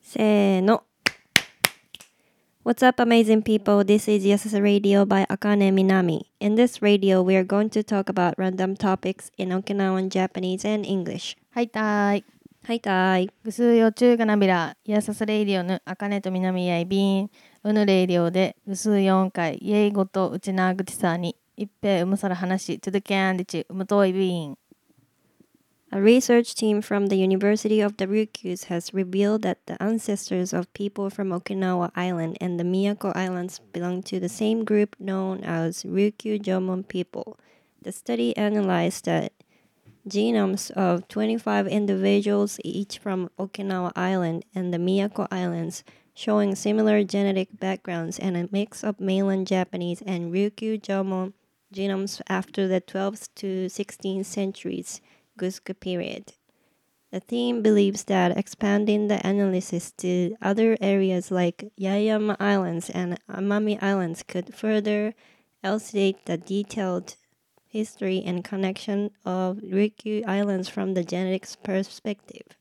せーの。What's up, amazing people? This is Yasasa Radio by Akane Minami. In this radio, we are going to talk about random topics in Okinawan Japanese and English. はいたーい。はいたい。ぐすーよ中がなびら、イヤサスレイディオヌ、あかねとみなみやいびん、うぬレイディオで、ぐすー4回、イエイごとうちなーぐちさーに、いっぺいうむさら話し、続けんでち、うむといびん。 A research team from the University of the Ryukyus has revealed that the ancestors of people from Okinawa Island and the Miyako Islands belong to the same group known as Ryukyu Jomon people. The study analyzed the genomes of 25 individuals each from Okinawa Island and the Miyako Islands, showing similar genetic backgrounds and a mix of mainland Japanese and Ryukyu Jomon genomes after the 12th to 16th centuries. Guska period. The team believes that expanding the analysis to other areas like Yayama Islands and Amami Islands could further elucidate the detailed history and connection of Ryukyu Islands from the genetics perspective.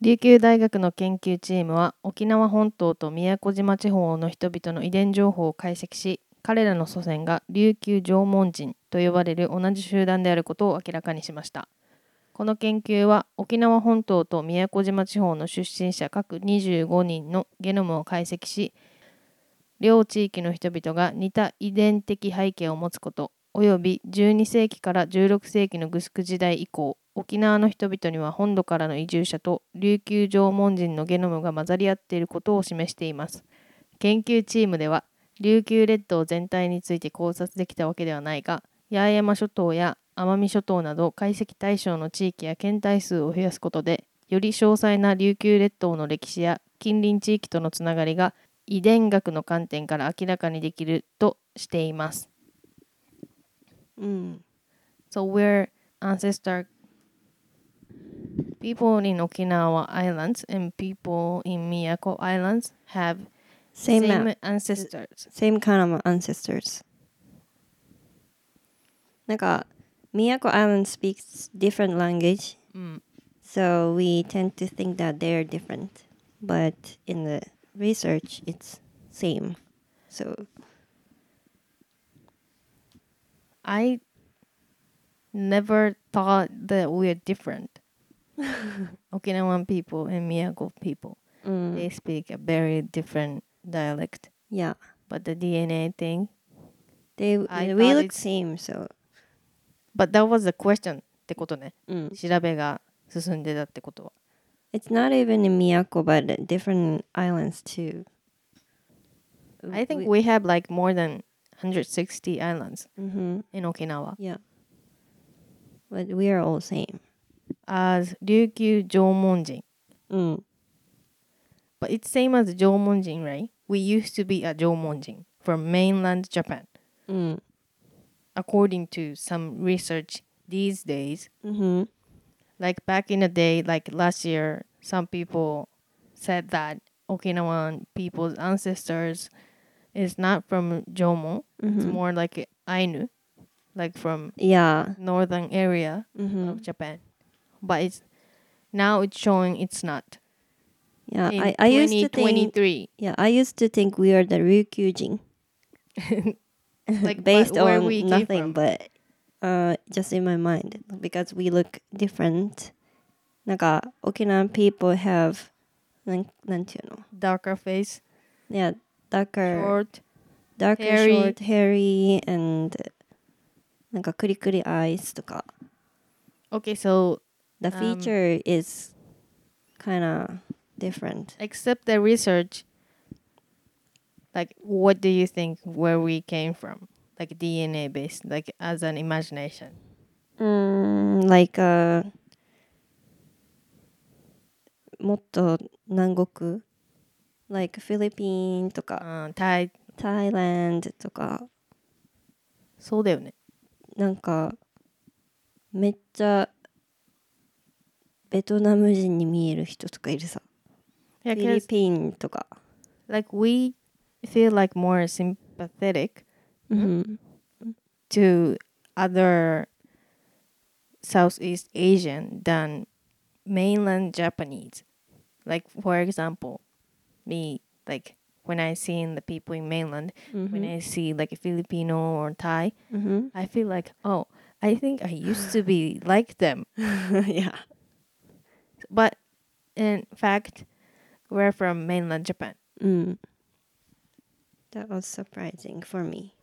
琉球大学の研究チームは、沖縄本島と宮古島地方の人々の遺伝情報を解析し、彼らの祖先が琉球縄文人と呼ばれる同じ集団であることを明らかにしました。この研究は沖縄本島と宮古島地方の出身者各25人のゲノムを解析し両地域の人々が似た遺伝的背景を持つことおよび12世紀から16世紀のグスク時代以降沖縄の人々には本土からの移住者と琉球縄文人のゲノムが混ざり合っていることを示しています研究チームでは琉球列島全体について考察できたわけではないが八重山諸島や奄美諸島など解析対象の地域や県体数を増やすことでより詳細な琉球列島の歴史や近隣地域とのつながりが遺伝学の観点から明らかにできるとしています。 Mm. So we're ancestor people in Okinawa Islands and people in Miyako Islands have Same, same map, ancestors. same kind of ancestors. なんか Miyako Island speaks different language うん、 So we tend to think that they're different, but in the research, it's same. So I never thought that we're different. Okinawan people and Miyako people, mm, they speak a very different dialect, yeah, but the DNA thing. they I we thought look it's- same. So But that was the question ってことね。 mm. 調べが進んでたってことは。 it's not even in Miyako, but different islands too. I think we have like more than 160 islands hmm in Okinawa. yeah, but we are all same. As 琉球縄文人。 Mm. But it's same as 縄文人, right? We used to be a 縄文人 from mainland Japan. Mm. according to some research these days Mm-hmm. like back in the day like last year some people said that okinawan people's ancestors is not from jomo it's Mhm. more like ainu like from Yeah. northern area Mm-hmm. of japan but it's now it's showing it's not Yeah. in Uh, I, I used to think. 2023 Yeah, I used to think we are the Ryukyujin. like based but where on we came nothing from. but uh, just in my mind because we look different なんか Okinawan people have なんなんていうの darker face yeah darker short darker hairy. short hairy and なんかクリクリ eyes とか okay so the Um, feature is kind of different except the research like what do you think where we came from like dna based like as an imagination mm, like uh, もっと南国 like フィリピンとか uh, tai タイランドとかそうだよねなんかめっちゃベトナム人に見える人とかいるさフ yeah, ィリ 'cause, ピンとか like we feel like more sympathetic うん、 to other southeast asian than mainland japanese Like for example, me like when I see the people in mainland, when Mm-hmm. I see like a Filipino or Thai, Mhm. I feel like oh, I think I used to be like them. yeah. But in fact, we're from mainland Japan. Mm. That was surprising for me.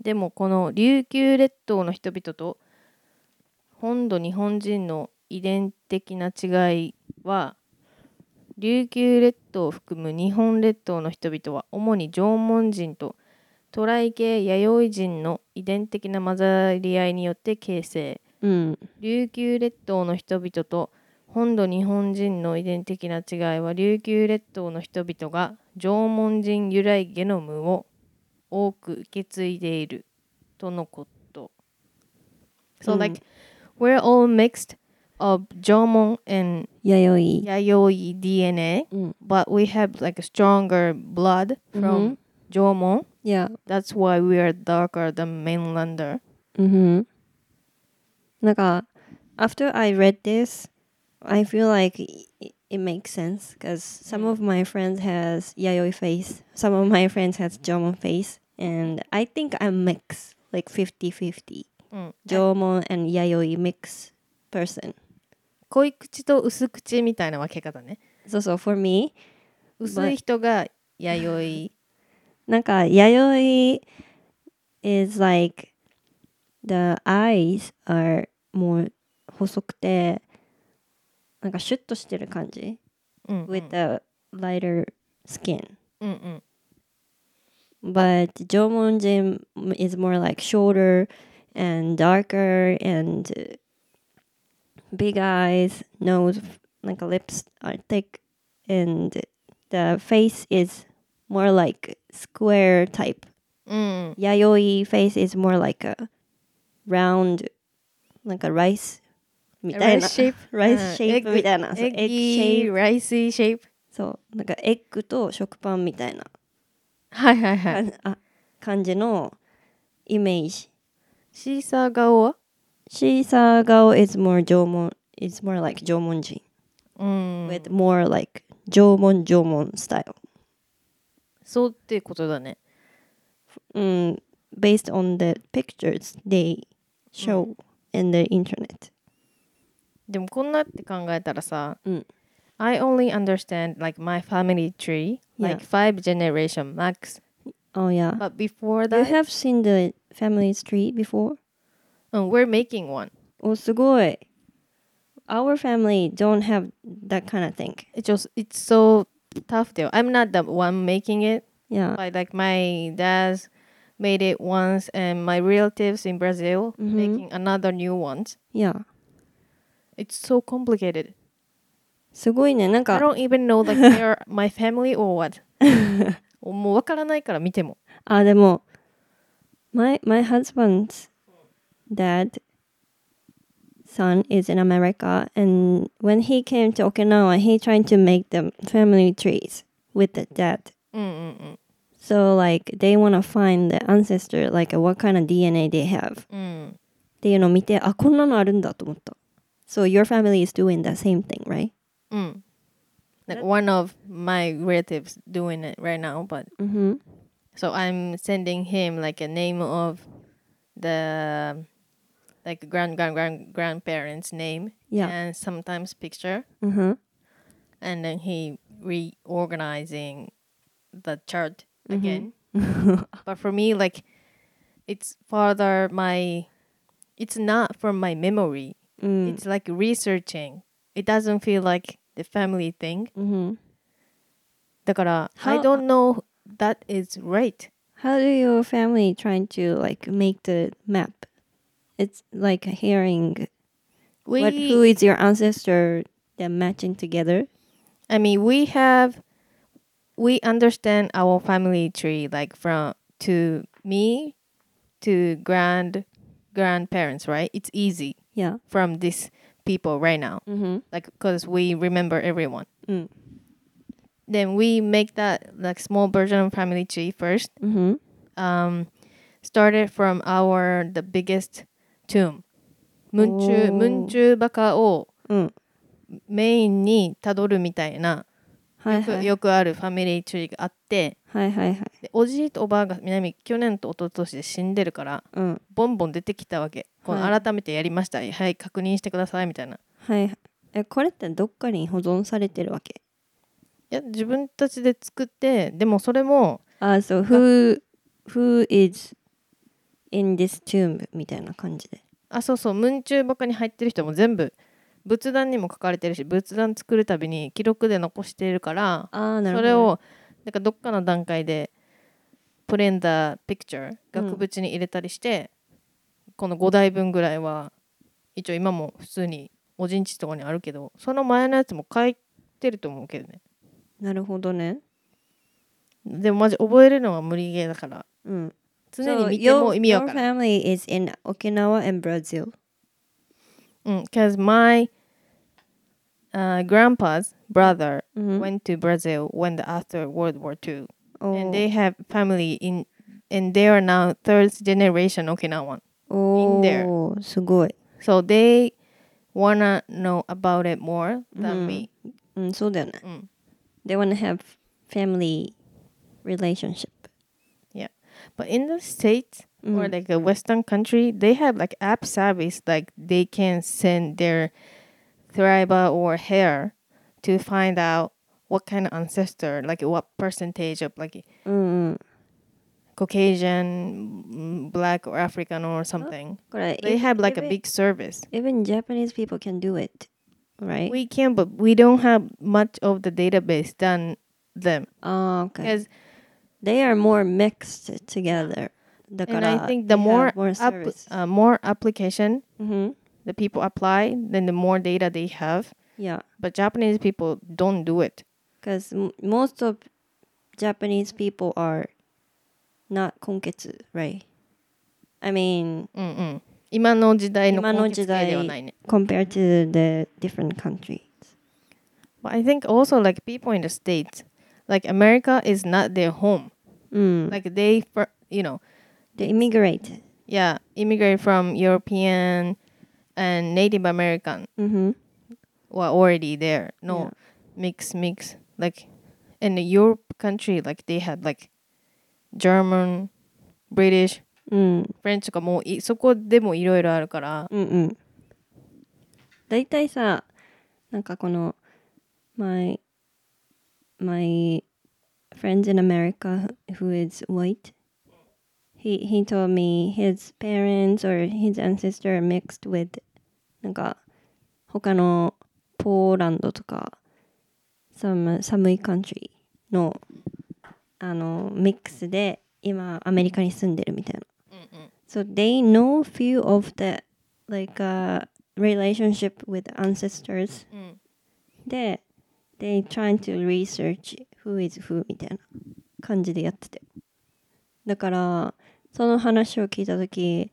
でもこの琉球列島の人々と本土日本人の遺伝的な違いは琉球列島を含む日本列島の人々は主に縄文人と渡来系弥生人の遺伝的な混ざり合いによって形成うん。琉球列島の人々と本土日本人の遺伝的な違いは琉球列島の人々が縄文人由来ゲノムを多く受け継いでいるとのこと。So うん like we're all mixed of 縄文 and 弥生。弥生 DNA, うん but we have like a stronger blood from 縄文. Yeah. That's why we are darker than mainlander. Mm-hmm. なんか、after I read this, I feel like it, it makes sense because some of my friends has yayoi face, some of my friends has Jomon face, and I think I'm mix, like 50-50. うん、 Jomon and yayoi mix person. 濃い口と薄口みたいな分け方ね。 So, so for me, 薄い人が弥生なんか、弥生 is like the eyes are もう細くて、なんかシュッとしてる感じ。うんうん with a lighter skin. うんうん But Jomon Jim is more like shorter and darker and uh, big eyes, nose, like lips are thick, and the face is more like square type. うんうん Yayoi face is more like a round, like a rice. みたいな。 Rice shape? rice shape うんみたいな。そう egg egg shape eggy ricey shape そうなんかエッグと食パンみたいなはいはいはかいあ感じのイメージ。シーサー顔はシーサー顔 is more 縄文 is more like 縄文人、うん with more like 縄文縄文 style、そうっていうことだね mm, based on the pictures they Mm. show in the internet でもこんなって考えたらさ、うん I only understand like my family tree like Yeah. five generation max oh yeah but before you that have seen the family tree before うん we're making one おすごい our family don't have that kind of thing it's just it's so tough though I'm not the one making it yeah Uh, Like, like my dad's made it once, and my relatives in Brazil Mhm. making another new one. yeah It's so complicated. すごいねなん I か don't even know like they're my family or what. もうわからないから見ても。あでも my my husband's dad son is in America and when he came to Okinawa he tried to make the family trees with the dad うんうん so like they want to find the ancestor like what kind of DNA they have うん。うん。っていうのを見てあこんなのあるんだと思った "Ah, so your family is doing the same thing right うん。Like one of my relatives doing it right now, but うん so I'm sending him like a name of the like grand grand grand grandparents name Yeah. Mm-hmm. and sometimes picture. うん and then he reorganizing the chart again. Mm-hmm. but for me, like it's further my, it's not from my memory. うん It's like researching. It doesn't feel like the family thing. うんだから I How- don't know that is right. How do your family trying to like make the map? It's like hearing We, what who is your ancestor they're matching together. I mean, we have, we understand our family tree like from to me, to grand grandparents, right? It's easy. Yeah. from these people right now Mm-hmm. like because we remember everyone Mm. then we make that like small version of family tree first Mm-hmm. um started from our the biggest tomb munchu Oh. munchu baka o Mm. メインにたどるみたい なはいよくはいよくあるファミリーツリーがあってはいはいはいでおじいとおばあが南去年と一昨年で死んでるからうんボンボン出てきたわけこはのい改めてやりましたはい、確認してくださいみたいないはいはいえ Eh, これってどっかに保存されてるわけや自分たちで作ってでもそれもあそう who who is in this tomb みたいな感じであそうそう文中箱に入ってる人も全部仏壇にも書かれてるし仏壇作るたびに記録で残しているからああなるそほどれをなんかどっかの段階でプレンダーピクチャーうん額縁に入れたりして、この5台分ぐらいは一応今も普通におじんちとかにあるけどその前のやつも書いてると思うけどねなるほどねでもマジ覚えるのは無理ゲーだからうん常に見ても意味わからん So, your, your family is in Okinawa and Brazil うん cause my、uh, grandpa's brother うん went to Brazil when the after World War II and お they have family in and they are now third generation Okinawan お in there ーすごい Oh, So they wanna know about it more う than ん me. Mm, うんそうだよねうん They wanna have family relationship But in the states or うん like a Western country, they have like app service like they can send their thriba or hair to find out what kind of ancestor, like what percentage of like うん Mm-hmm. うん Caucasian, mm, black or African or something. これ They if- have like a even- big service. Even Japanese people can do it right We can, but we don't have much of the database than them. ああ Ah, okay Because they are more mixed together だか and ら I think the they have more more Mm-hmm. app- service. uh, more application うん the people apply, then the more data they have. yeah But Japanese people don't do it. because most of Japanese people are not 根血 right I mean うんうん。今の時代の今の根血時系代ではないね。 compared to the different countries But I think also like people in the states, like America is not their home. うん、 Like they, fir- you know, Mm. they immigrate yeah, immigrate from European and Native American うんふん were already there. No Yeah. mix, mix. Like in the Europe country, like they had like German, British, うんフレンチとかもういそこでもいろいろあるからうんうん大体さなんかこの my my friends in America who is white he he told me his parents or his ancestor are mixed with なんか他のポーランドとか some 寒い country のあのミックスで今アメリカに住んでるみたいな So they know few of the like uh, relationship with ancestors. うん。で、they trying to research who is who みたいな感じでやってて。だからその話を聞いたとき、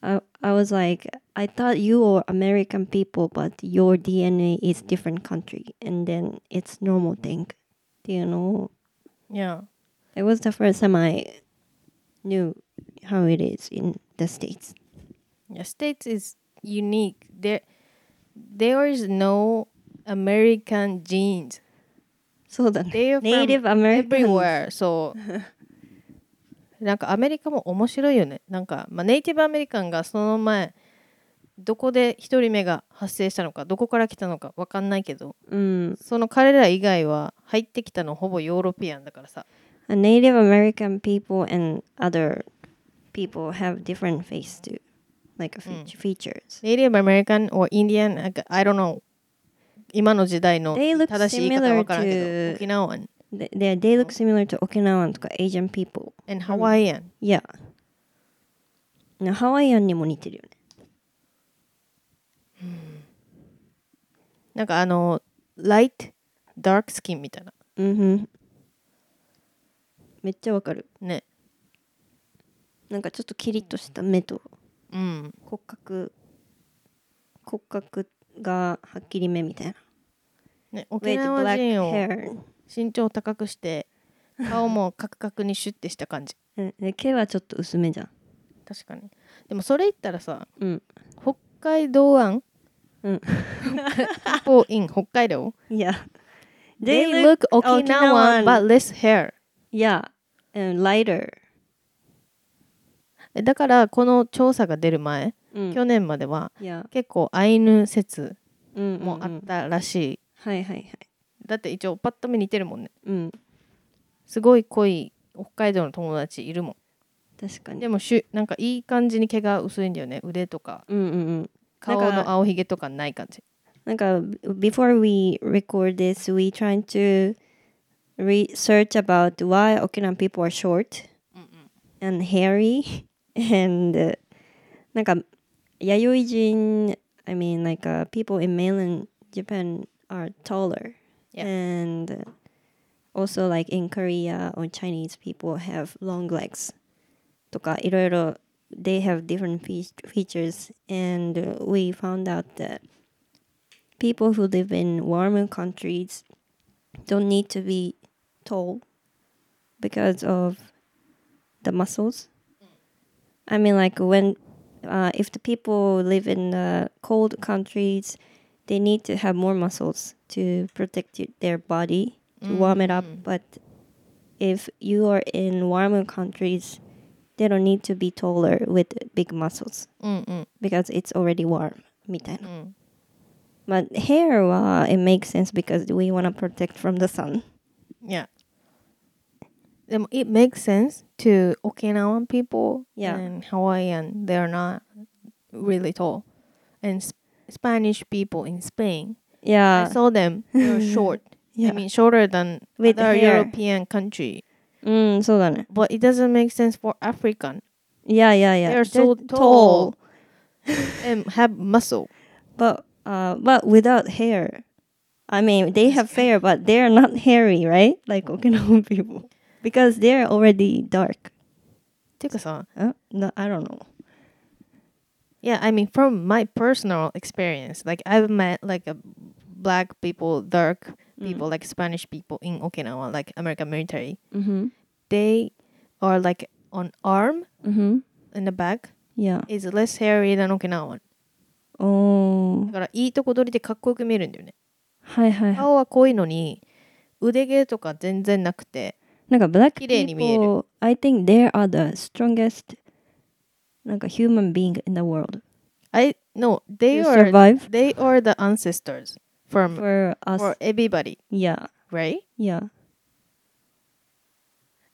I I was like I thought you are American people but your DNA is different country and then it's normal thing っていうのを Yeah. It was the first time I knew how it is in the states. yeah. States is unique. There there is no American genes. そうだね。 They are from Native Americans. everywhere. So なんかアメリカも面白いよね。なんか、まあ、ネイティブアメリカンがその前どこで一人目が発生したのかどこから来たのかわかんないけどうん。その彼ら以外は入ってきたのほぼヨーロピアンだからさ A Native American people and other people have different face too. Like fe- うん features. Native American or Indian, like, I don't know. 今の時代の They look 正しい言い方は分からんけ similar ど、 to- 沖縄 They, they, they look similar to Okinawan とか Asian people. and Hawaiian. Yeah. なハワイアンにも似てるよね。なんかあの、light, dark skin みたいな。うんふん。めっちゃわかる。ね。なんかちょっとキリッとした目とうん。骨格骨格がはっきり目みたいな。ね沖縄 black 人を hair. 身長高くして、顔もカクカクにシュッてした感じ。うんで毛はちょっと薄めじゃん。確かに。でもそれ言ったらさ、うん。北海道案うん。 people in Hokkaido, Yeah. they, look, Okinawan, but less hair. yeah, and lighter. えだからこの調査が出る前、うん去年までは Yeah. 結構アイヌ説うんうんうんもあったらしい、はいはいはい。だって一応パッと見似てるもんねうん。すごい濃い北海道の友達いるも確かんに。でもしゅなんかいい感じに毛が薄いんだよね腕とかうんうんうん。顔の青ひげとかない感じなんか uh, before we record this, we trying to research about why Okinawan people are short and hairy and uh, なんか弥生人 I mean like uh, people in mainland Japan are taller Yeah. and uh, also like in Korea or Chinese people have long legs とかいろいろ they have different fe- features and uh, we found out that people who live in warmer countries don't need to be tall because of the muscles. I mean, like when uh, if the people live in the cold countries, they need to have more muscles to protect y- their body to warm it up. But if you are in warmer countries, they don't need to be taller with big muscles うんうん、 because it's already warm. みたいなうん、 But hair, well, it makes sense because we want to protect from the sun. Yeah. でも、it makes sense to Okinawan people Yeah. and Hawaiian. They're not really tall. And sp- Spanish people in Spain. I Yeah. saw them. They're short. Uh. Yeah. I mean, shorter than With other hair. European country. うん、そうだね。 But it doesn't make sense for African. Yeah, yeah, yeah. They're so tall and have muscle. But, uh, but without hair. I mean, they have hair, but they're not hairy, right? Like Okinawan people. Because they're already dark. てかさ、 Uh, no, I don't know. Yeah, I mean, from my personal experience, like I've met like a black people, dark Mm. people, like Spanish people in Okinawa, like American military. Mm-hmm. They are like on arm Mm-hmm. in the back Yeah. is less hairy than Okinawan. おだー。からいいとこ取りでかっこよく見えるんだよね。はいはいはい。顔は濃いのに腕毛とか全然なくて。なんか black 綺麗に見える people, I think they are the strongest なんか human being in the world. I no, they To are survive? they are the ancestors from For us, for everybody, yeah, right? yeah.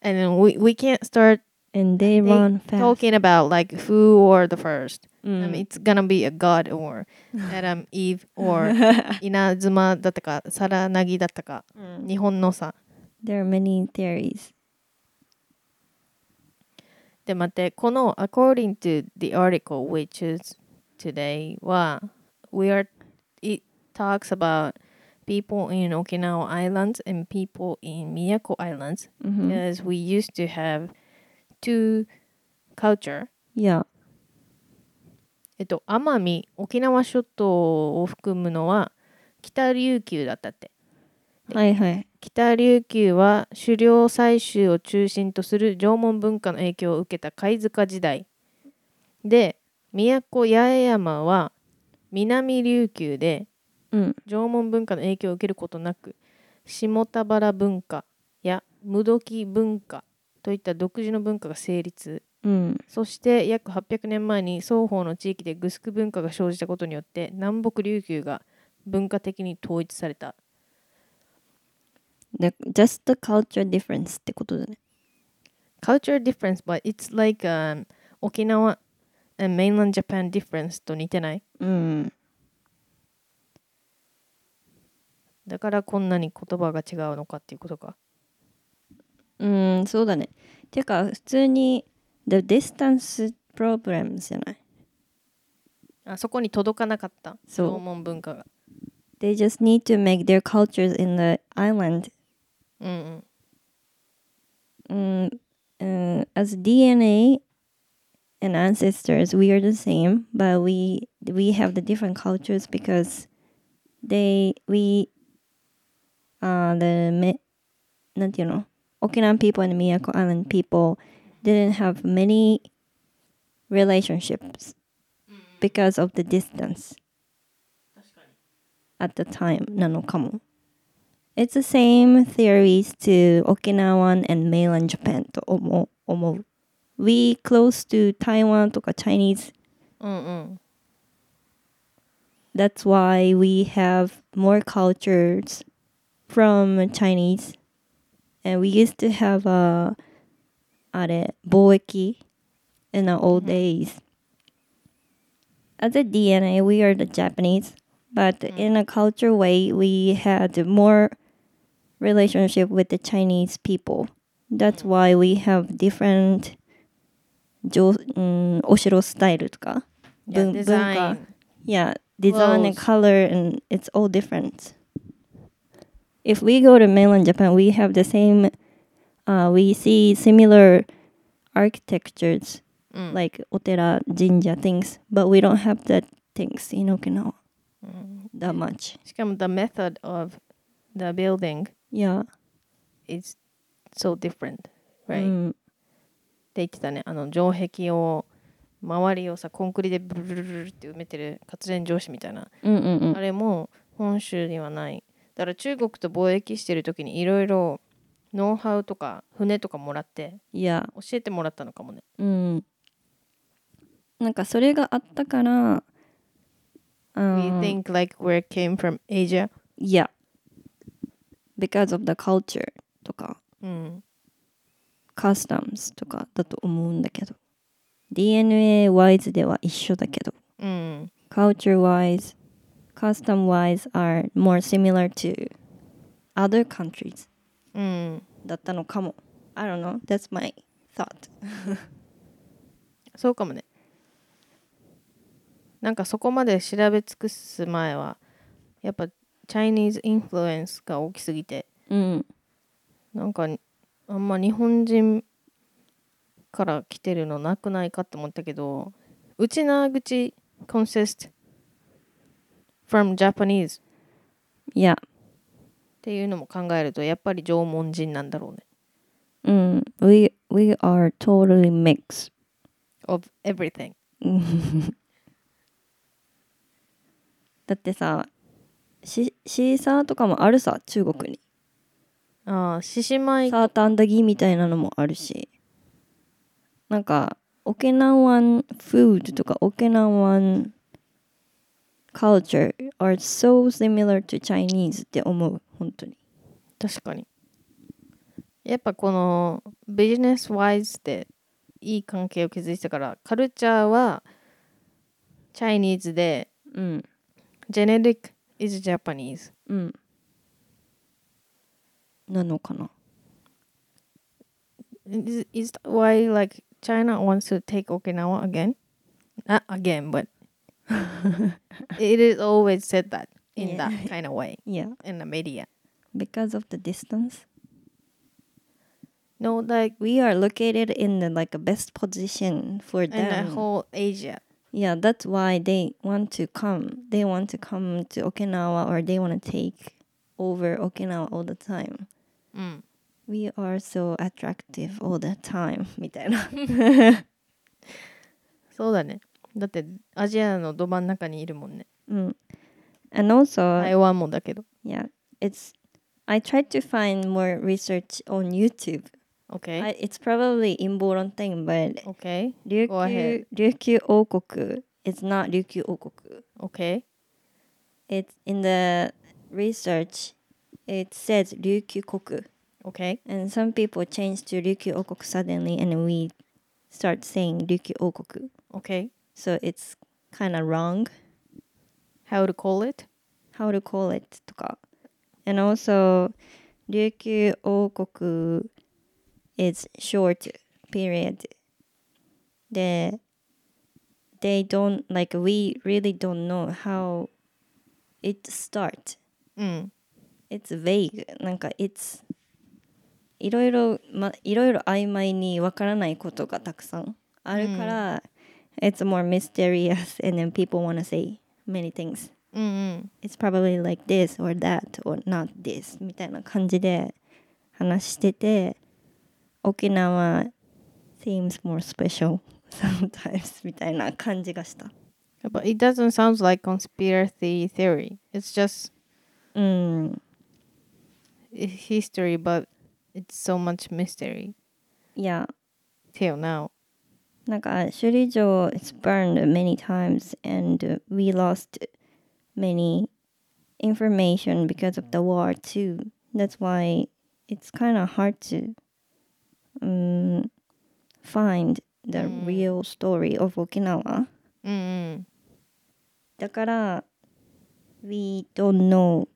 And then we we can't start And they They run fast. talking about like who or the first. I Mm. mean, it's gonna be a god or Adam, Eve or Inazuma だったか、サラナギだったか、日本のさ。 There are many theories. で、待って、この according to the article we choose today は、we are, it talks about people in Okinawa Islands and people in Miyako Islands Mm-hmm. because we used to have two culture. Yeah. えっと、奄美沖縄諸島を含むのは北琉球だったってはいはい。北琉球は狩猟採集を中心とする縄文文化の影響を受けた貝塚時代で都八重山は南琉球でうん。縄文文化の影響を受けることなく下田原文化や無時文化といった独自の文化が成立うん。そして約800年前に双方の地域でグスク文化が生じたことによって南北琉球が文化的に統一された。で just the culture difference ってことだね。 Culture difference, but it's like、Okinawa and mainland Japan difference と似てないうん。だからこんなに言葉が違うのかっていうことか。うん、mm. そうだね。てか、普通に the distance problem じゃない。あそこに届かなかったそう縄文文化が。 They just need to make their cultures in the island うんうん。 um, uh, as DNA and ancestors, we are the same, but we we have the different cultures because they we uh the me, なんていうの Okinawan people and Miyako Island people didn't have many relationships because of the distance. at the time なのかも。It's the same theories to Okinawan and mainland Japan と思う。思う We close to Taiwan とか Chinese うんうん That's why we have more cultures from Chinese. And we used to have a あれ、貿易 in our old days. As a DNA, we are the Japanese, but in a culture way, we had more relationship with the Chinese people. That's why we have different mm, 上うんお城スタイルとか Yeah, 文 design. 文化 Yeah, design and Clothes. color, and it's all different. If we go to mainland Japan, we have the same, uh, we see similar architectures うん like otera, jinja things, but we don't have that things in Okinawa うん that much. しかも the method of the building Yeah, is so different right、って Mm, 言ってたねあの城壁を周りをさコンクリでブルルルルルって埋めてる活連城址みたいな mm, mm, mm. あれも本州にはないだから中国と貿易してる時にいろいろノウハウとか船とかもらって Yeah. 教えてもらったのかもねうん、なんかそれがあったから、う We ん、 think like where it came from Asia yeah because of the culture とかうん customs とかだと思うんだけど DNA wise では一緒だけどうん culture wise custom wise are more similar to other countries うんだったのかも I don't know that's my thought そうかもねなんかそこまで調べ尽くす前はやっぱチャイニーズインフルエンスが大きすぎてうんなんかあんま日本人から来てるのなくないかって思ったけどうちなぐち consist from Japanese っいやていうのも考えるとやっぱり縄文人なんだろうねうん we, we are totally mixed of everything だってさシシーサーとかもあるさ中国にああ獅子舞サーターアンダギーみたいなのもあるしなんか沖縄ンフードとか沖縄ン culture are so similar to Chinese って思う本当に確かにやっぱこのビジネスワイズでいい関係を築いてたからカルチャーはチャイニーズでうんジェネリック is Japanese うんなのかな Is, is that why like China wants to take Okinawa again? Not again, but it is always said that in Yeah. that kind of way Yeah in the media. because of the distance No, like we are located in the like best position for in the them whole Asia. Yeah, that's why they want to come. They want to come to Okinawa or they want to take over Okinawa all the time. Mm. We are so attractive all the time みたいな。そうだね。だってアジアのど真ん中にいるもんね。うん。And also, 台湾もだけど。 yeah, it's I tried to find more research on YouTube. Okay. I, it's probably important thing, but okay. Go ahead. 琉球琉球王国 is not 琉球王国。 Okay. It's in the research. It says 琉球国。 Okay. And some people change to Ryukyu Okoku suddenly, and we start saying Ryukyu Okoku. Okay. So it's kind of wrong How to call it? how to call it. とか. And also, Ryukyu Okoku is short period. They, they don't, like, we really don't know how it starts. うん。 It's vague. なんか It's いろいろ、ま、いろいろ曖昧にわからないことがたくさんあるから、It's more mysterious and then people want to say many things. うんうん。 It's probably like this or that or not this みたいな感じで話してて沖 縄 seems more special sometimes みたいな感じがした。 Yeah, But it doesn't sound like conspiracy theory. It's just うん。 i- history, but it's so much mystery いや、 till now. なんか首里城 uh, is burned many times and we lost many information because of the war too. That's why it's kind of hard to um, find the うん real story of Okinawa. うんだから、we don't know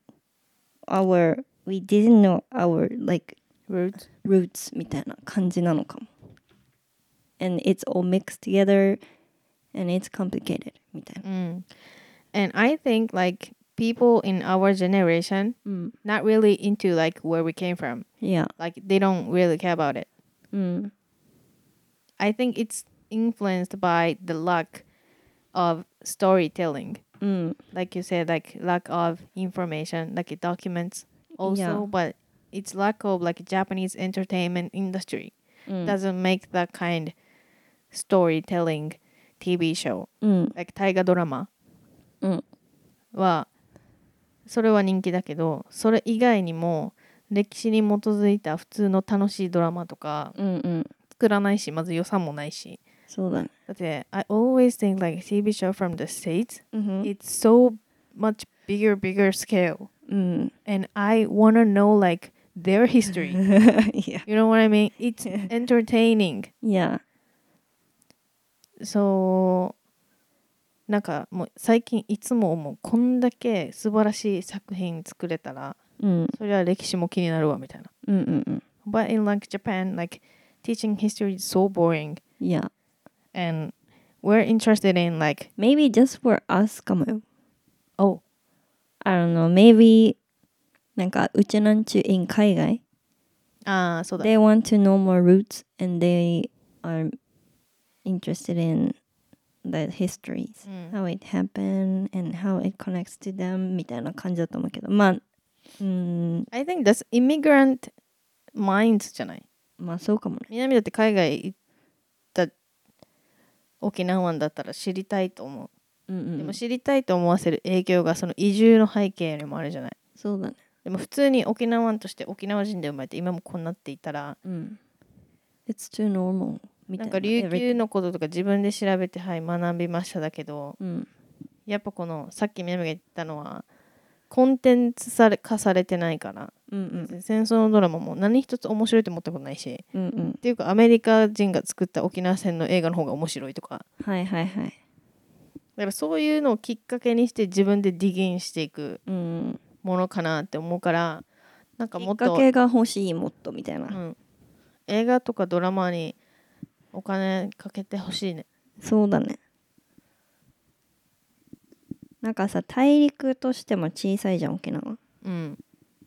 our, we didn't know our like うん。Roots. roots みたいな感じなのかも。And it's all mixed together and it's complicated みたいな。 Mm. And I think like people in our generation うん。 not really into like where we came from. いや。 Like they don't really care about it. うん。 I think it's influenced by the lack of storytelling. うん。 Like you said, like lack of information, like documents Yeah. also, but it's lack of like Japanese entertainment industry. うん。 Doesn't make that kind storytelling TV show. うん。 like 大河ドラマうんはそれは人気だけどそれ以外にも歴史に基づいた普通の楽しいドラマとかうん。うん。作らないしまず予算もないしそうだね。だって I always think like TV show from the States うん。 it's so much bigger bigger scale うん。 and I wanna know like their history いや。 you know what I mean it's entertaining いや。そうなんかもう最近いつも思うこんだけ素晴らしい作品作れたらうん。それは歴史も気になるわみたいな。うん。うん。うん。 But in like Japan, like teaching history is so boring いや。 and we're interested in like Maybe just for us かもよ。 oh I don't know. Maybe なんかうちなんちゅ in 海外。ああそうだ They want to know more roots and they are interested in the histories. うん how it happened and how it connects to them みたいな感じだと思うけどまあうーん I think that's immigrant minds じゃないまあそうかもね南だって海外行った沖縄湾だったら知りたいと思ううんうんでも知りたいと思わせる影響がその移住の背景にもあるじゃないそうだねでも普通に沖縄として沖縄人で生まれて今もこうなっていたらうん It's too normal みたないなんか琉 everything 球のこととか自分で調べてはい学びましただけどうんやっぱこのさっき南が言ったのはコンテンツされ化されてないから、うんうん戦争のドラマも何一つ面白いと思ったことないしっうんうんていうかアメリカ人が作った沖縄戦の映画の方が面白いとかはいはいはいだからそういうのをきっかけにして自分でディギンしていくうんものかなって思うからなんかきもっっかとけが欲しいもっとみたいな、うん、映画とかドラマにお金かけてほしいね。そうだねなんかさ大陸としても小さいじゃん沖縄うん。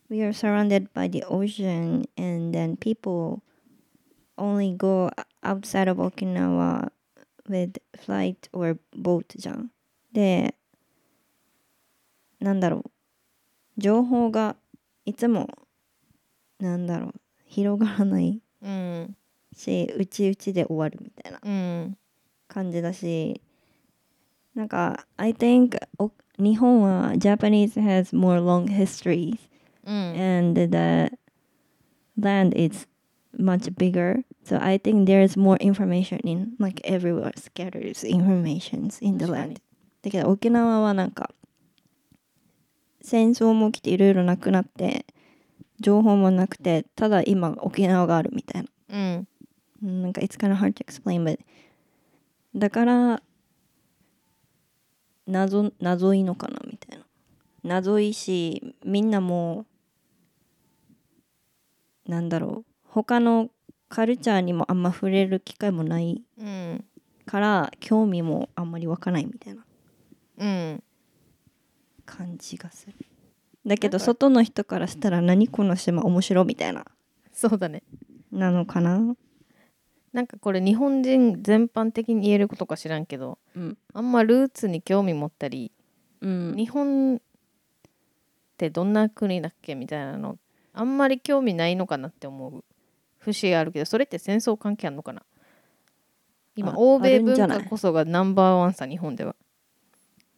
we are surrounded by the ocean and then people only go outside of Okinawa with flight or boat じゃん。で、なんだろう。情報がいつも、なんだろう。広がらないうん。し、うちうちで終わるみたいなうん。感じだし、なんか、I think お日本は Japanese has more long histories うん and the land is much bigger so i think there is more information in like everywhere scatters informations in the 確かに land だけど沖縄はなんか戦争も起きていろいろなくなって情報もなくてただ今沖縄があるみたいなうん。うんなんか it's kind of hard to explain but だから謎謎いのかなみたいな謎いしみんなもうなんだろう他のカルチャーにもあんま触れる機会もないうん。から興味もあんまり湧かないみたいなうん。感じがするだけどなんか外の人からしたら何この島面白みたいなそうだね。なのかななんかこれ日本人全般的に言えることか知らんけど、うんあんまルーツに興味持ったり、うん日本ってどんな国だっけみたいなの、あんまり興味ないのかなって思う節があるけど、それって戦争関係あるのかなあ、今欧米あるん文じゃない化こそがナンバーワンさ、日本では。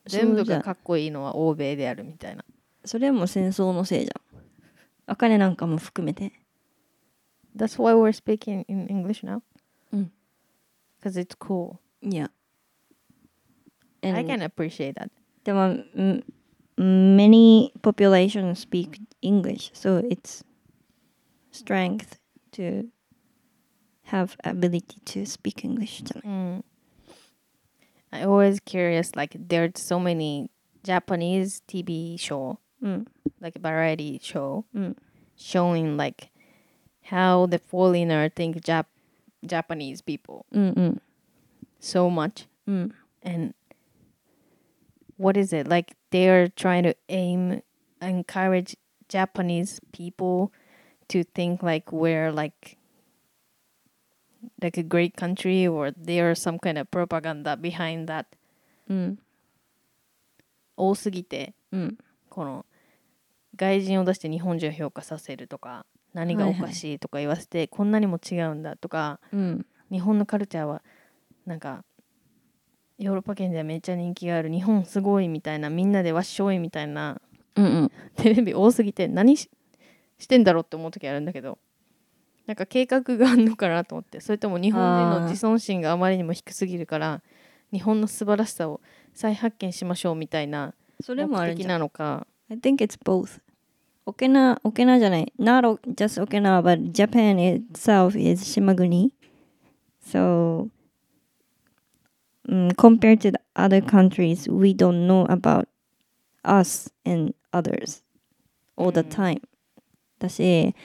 全そ部うじゃがんかっこいいのは欧米であるみたいなそれも戦争のせいじゃん別れなんかも含めて That's why we're speaking in English う now ん Mm. Because it's cool いや I can appreciate that でも、m- many population speak English, so it's strength to have ability to speak English じゃない。 Mm. I always curious like there's so many Japanese TV show うん、 like variety show うん、 showing like how the foreigner think Jap- Japanese people うん、うん、 so much うん、 and what is it like they're trying to aim encourage Japanese people to think like we're like like a great country or there's some kind of propaganda behind that うん、多すぎてうん、この外人を出して日本人を評価させるとか何がおかしいとか言わせて、こんなにも違うんだとかうん、日本のカルチャーはなんかヨーロッパ圏ではめっちゃ人気がある日本すごいみたいなみんなでわっしょいみたいなうん、テレビ多すぎて何ししてんだろうって思う時あるんだけどなんか計画があるのかなと思ってそれとも日本人の自尊心があまりにも低すぎるから日本の素晴らしさを再発見しましょうみたいなそれもあ目るん的じゃん。なのか I think it's both. 沖縄、沖縄じゃない。Not o- just 沖縄 but Japan itself is 島国。So, mm, compared to the other countries, we don't know about us and others all the うん time. だし、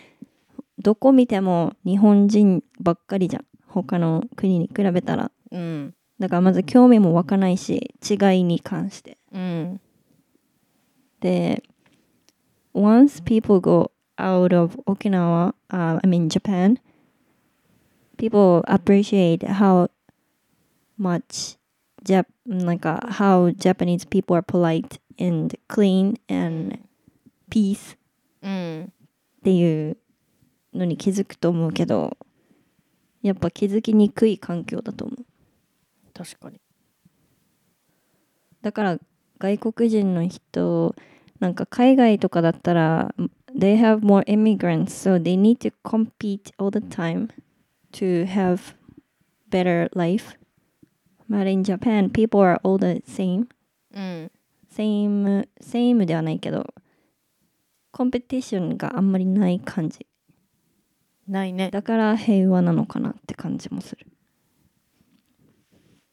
どこ見ても日本人ばっかりじゃん。他の国に比べたら。うんだからまず興味も湧かないし、違いに関して。うんで once people go out of Okinawa, uh, I mean Japan, people appreciate how much Jap- like uh, how Japanese people are polite and clean and peace うんっていうのに気づくと思うけど、やっぱ気づきにくい環境だと思う。確かにだから外国人の人なんか海外とかだったら they have more immigrants so they need to compete all the time to have better life but in Japan people are all the same うん same same ではないけどコンペティションがあんまりない感じないねだから平和なのかなって感じもする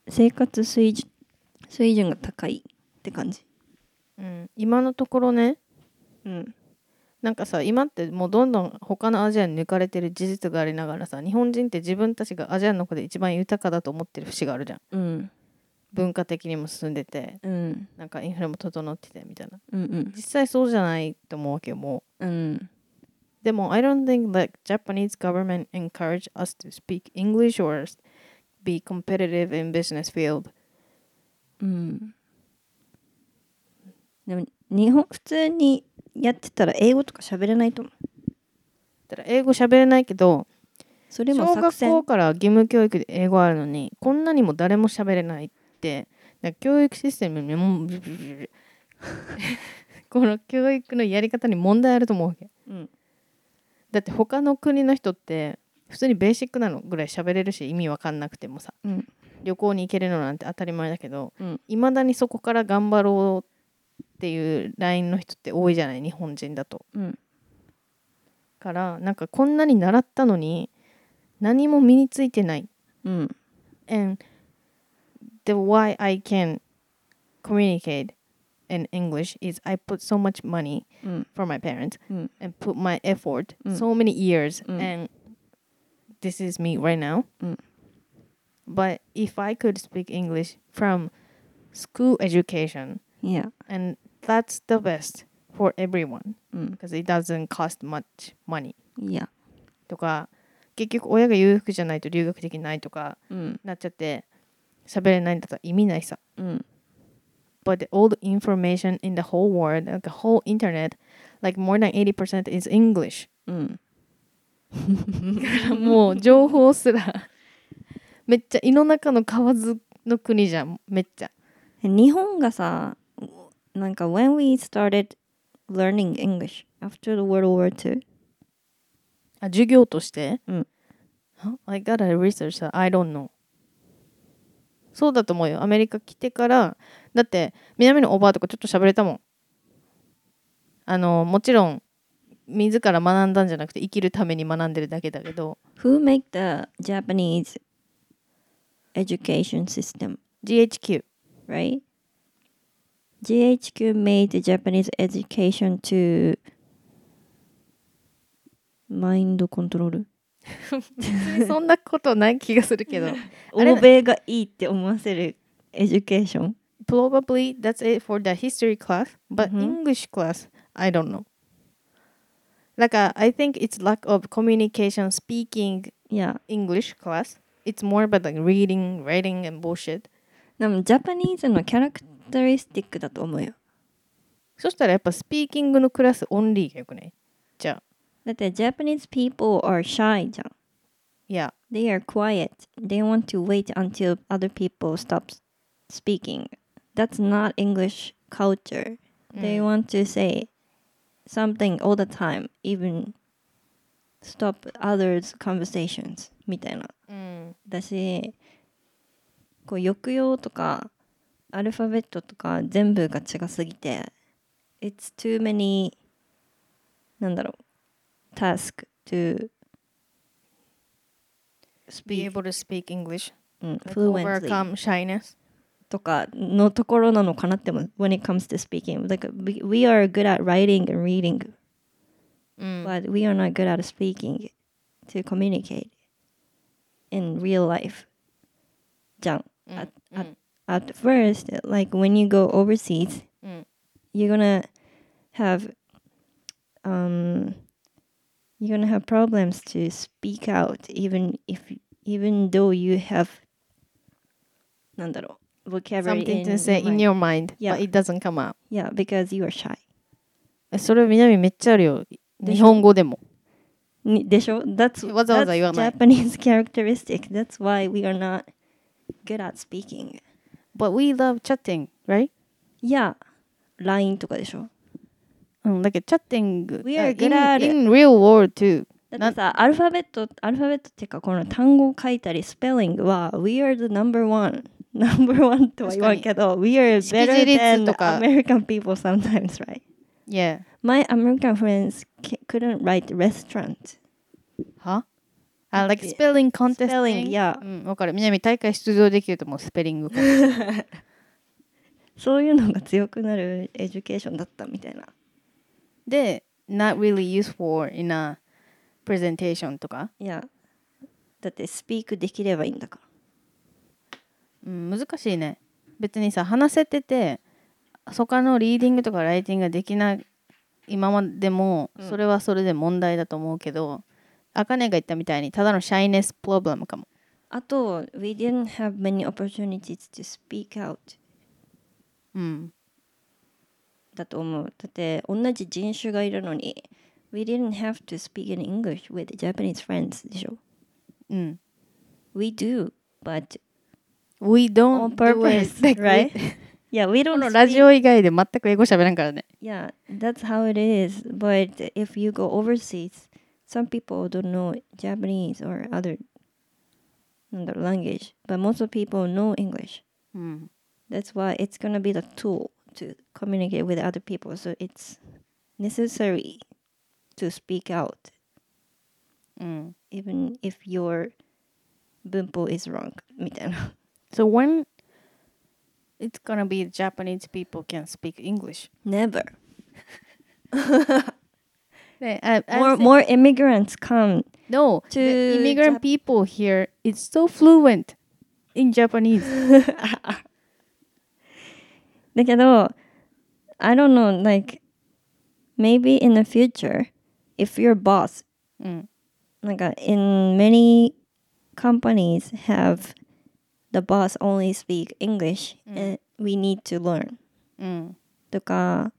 生活水準水準が高いって感じうん、今のところねうんなんかさ今ってもうどんどん他のアジアに抜かれてる事実がありながらさ日本人って自分たちがアジアの中で一番豊かだと思ってる節があるじゃんうん文化的にも進んでてうんなんかインフラも整っててみたいなうん実際そうじゃないと思うわけよもうんうでも I don't think that Japanese government encourage us to speak English or be competitive in business field うんでも日本普通にやってたら英語とか喋れないと思うだから英語喋れないけどそれも小作学戦校から義務教育で英語あるのにこんなにも誰も喋れないってなんか教育システムにも この教育のやり方に問題あると思うわけうんだって他の国の人って普通にベーシックなのぐらい喋れるし意味わかんなくてもさうん旅行に行けるのなんて当たり前だけどうんいま、未だにそこから頑張ろうっていうラインの人って多いじゃない日本人だとうんからなんかこんなに習ったのに何も身についてないうん and the why I can communicate in English is I put so much money うん for my parents うん and put my effort Mm. so many years Mm. and this is me right now. Mm. But if I could speak English from school education いや and that's the best for everyone うん because it doesn't cost much money いやとか結局親が裕福じゃないと留学できないとかうんなっちゃって喋れないんだったら意味ないさ。うん But all the information in the whole world, like the whole internet, like more than 80% is English. うんもう情報すらめっちゃ胃の中の蛙の国じゃんめっちゃ。へ日本がさなんか when we started learning English after the World War II あ授業としてうん Huh? I gotta research that. I don't know. そうだと思うよ。アメリカ来てから、だって、南のおばあとかちょっと喋れたもん。あの、もちろん、自ら学んだんじゃなくて、生きるために学んでるだけだけど、 who make the Japanese education system GHQ。 right? GHQ made the Japanese education to mind control. そんなことない気がするけど。あれ欧米がいいって思わせるエデュケーション。 Probably that's it for the history class, but Mhm. English class, I don't know. Like, uh, I think it's lack of communication, speaking いや、 English class. It's more about like reading, writing, and bullshit. でもジャパニーズのキャラクタリスティックだと思うよ。そしたらやっぱスピーキングのクラスオンリーがよくないじゃあ、だって Japanese people are shy じゃん。いや、 They are quiet. They want to wait until other people stop speaking. That's not English culture. They want to say something all the time, even stop others' conversations みたいな。うん、だし、こう抑揚とかアルファベットとか全部が違すぎて、It's too many なんだろう task to be speak able to speak English, うん、 like fluently overcome shyness. とかのところなのかなっても when it comes to speaking like we, we are good at writing and reading うん、 but we are not good at speaking to communicate in real life じゃん、うん、 at, at, at first like when you go overseas うん、 you're gonna have um you're gonna have problems to speak out even if even though you have なんだろう vocabulary something in to say in your your mind, Yeah. but it doesn't come out. mind. yeah because you are shy えそれ南めっちゃあるよ。でしょ日本語でも。にでしょ that's わざわざ言わない that's Japanese characteristic that's why we are not good at speaking But we love chatting, right? yeah LINE とかでしょうん、だけど、chatting We are uh, good at it. in, in real world too. だってさアルファベットアルファベットっていうかこの単語を書いたりスペリングは We are the number one number one とは言わんけど We are 識字 better 率 than とか American people sometimes right Yeah. My American friends ca- couldn't write restaurant Huh? Uh, like spelling contest. Spelling, thing? yeah. うん、わかる。南大会出場できるともうスペリング。そういうのが強くなるエデュケーションだったみたいなで、not really useful in a presentation とか、いやだってスピークできればいいんだからうん、難しいね。別にさ、話せてて、他のリーディングとかライティングができない今までも、うんそれはそれで問題だと思うけど、あかねが言ったみたいに、ただのシャイネスプロブレムかも。あと We didn't have many opportunities to speak out うん。だと思う。だって同じ人種がいるのに、We didn't have to speak in English with Japanese friends でしょ。うん。 We do, but We on don't purpose, do it. right? yeah, we こ don't のラジ speak. オ以外で全く英語喋らんからね。 Yeah, that's how it is. But if you go overseas, some people don't know Japanese or other なんだろう language, but most of people know English. うん。 That's why it's gonna be the tool to communicate with other people. So it's necessary to speak out. うん。 even if your 文法 is wrong みたいな。 So when it's gonna be Japanese people can speak English. Never. Hey, I, I More, say- more immigrants come. no, to the immigrant Jap- people here it's so fluent in Japanese. だけど、I don't know, like, maybe in the future, if your boss, うん。なんか in many companies have the boss only speak English、and we need to learn うん。とか、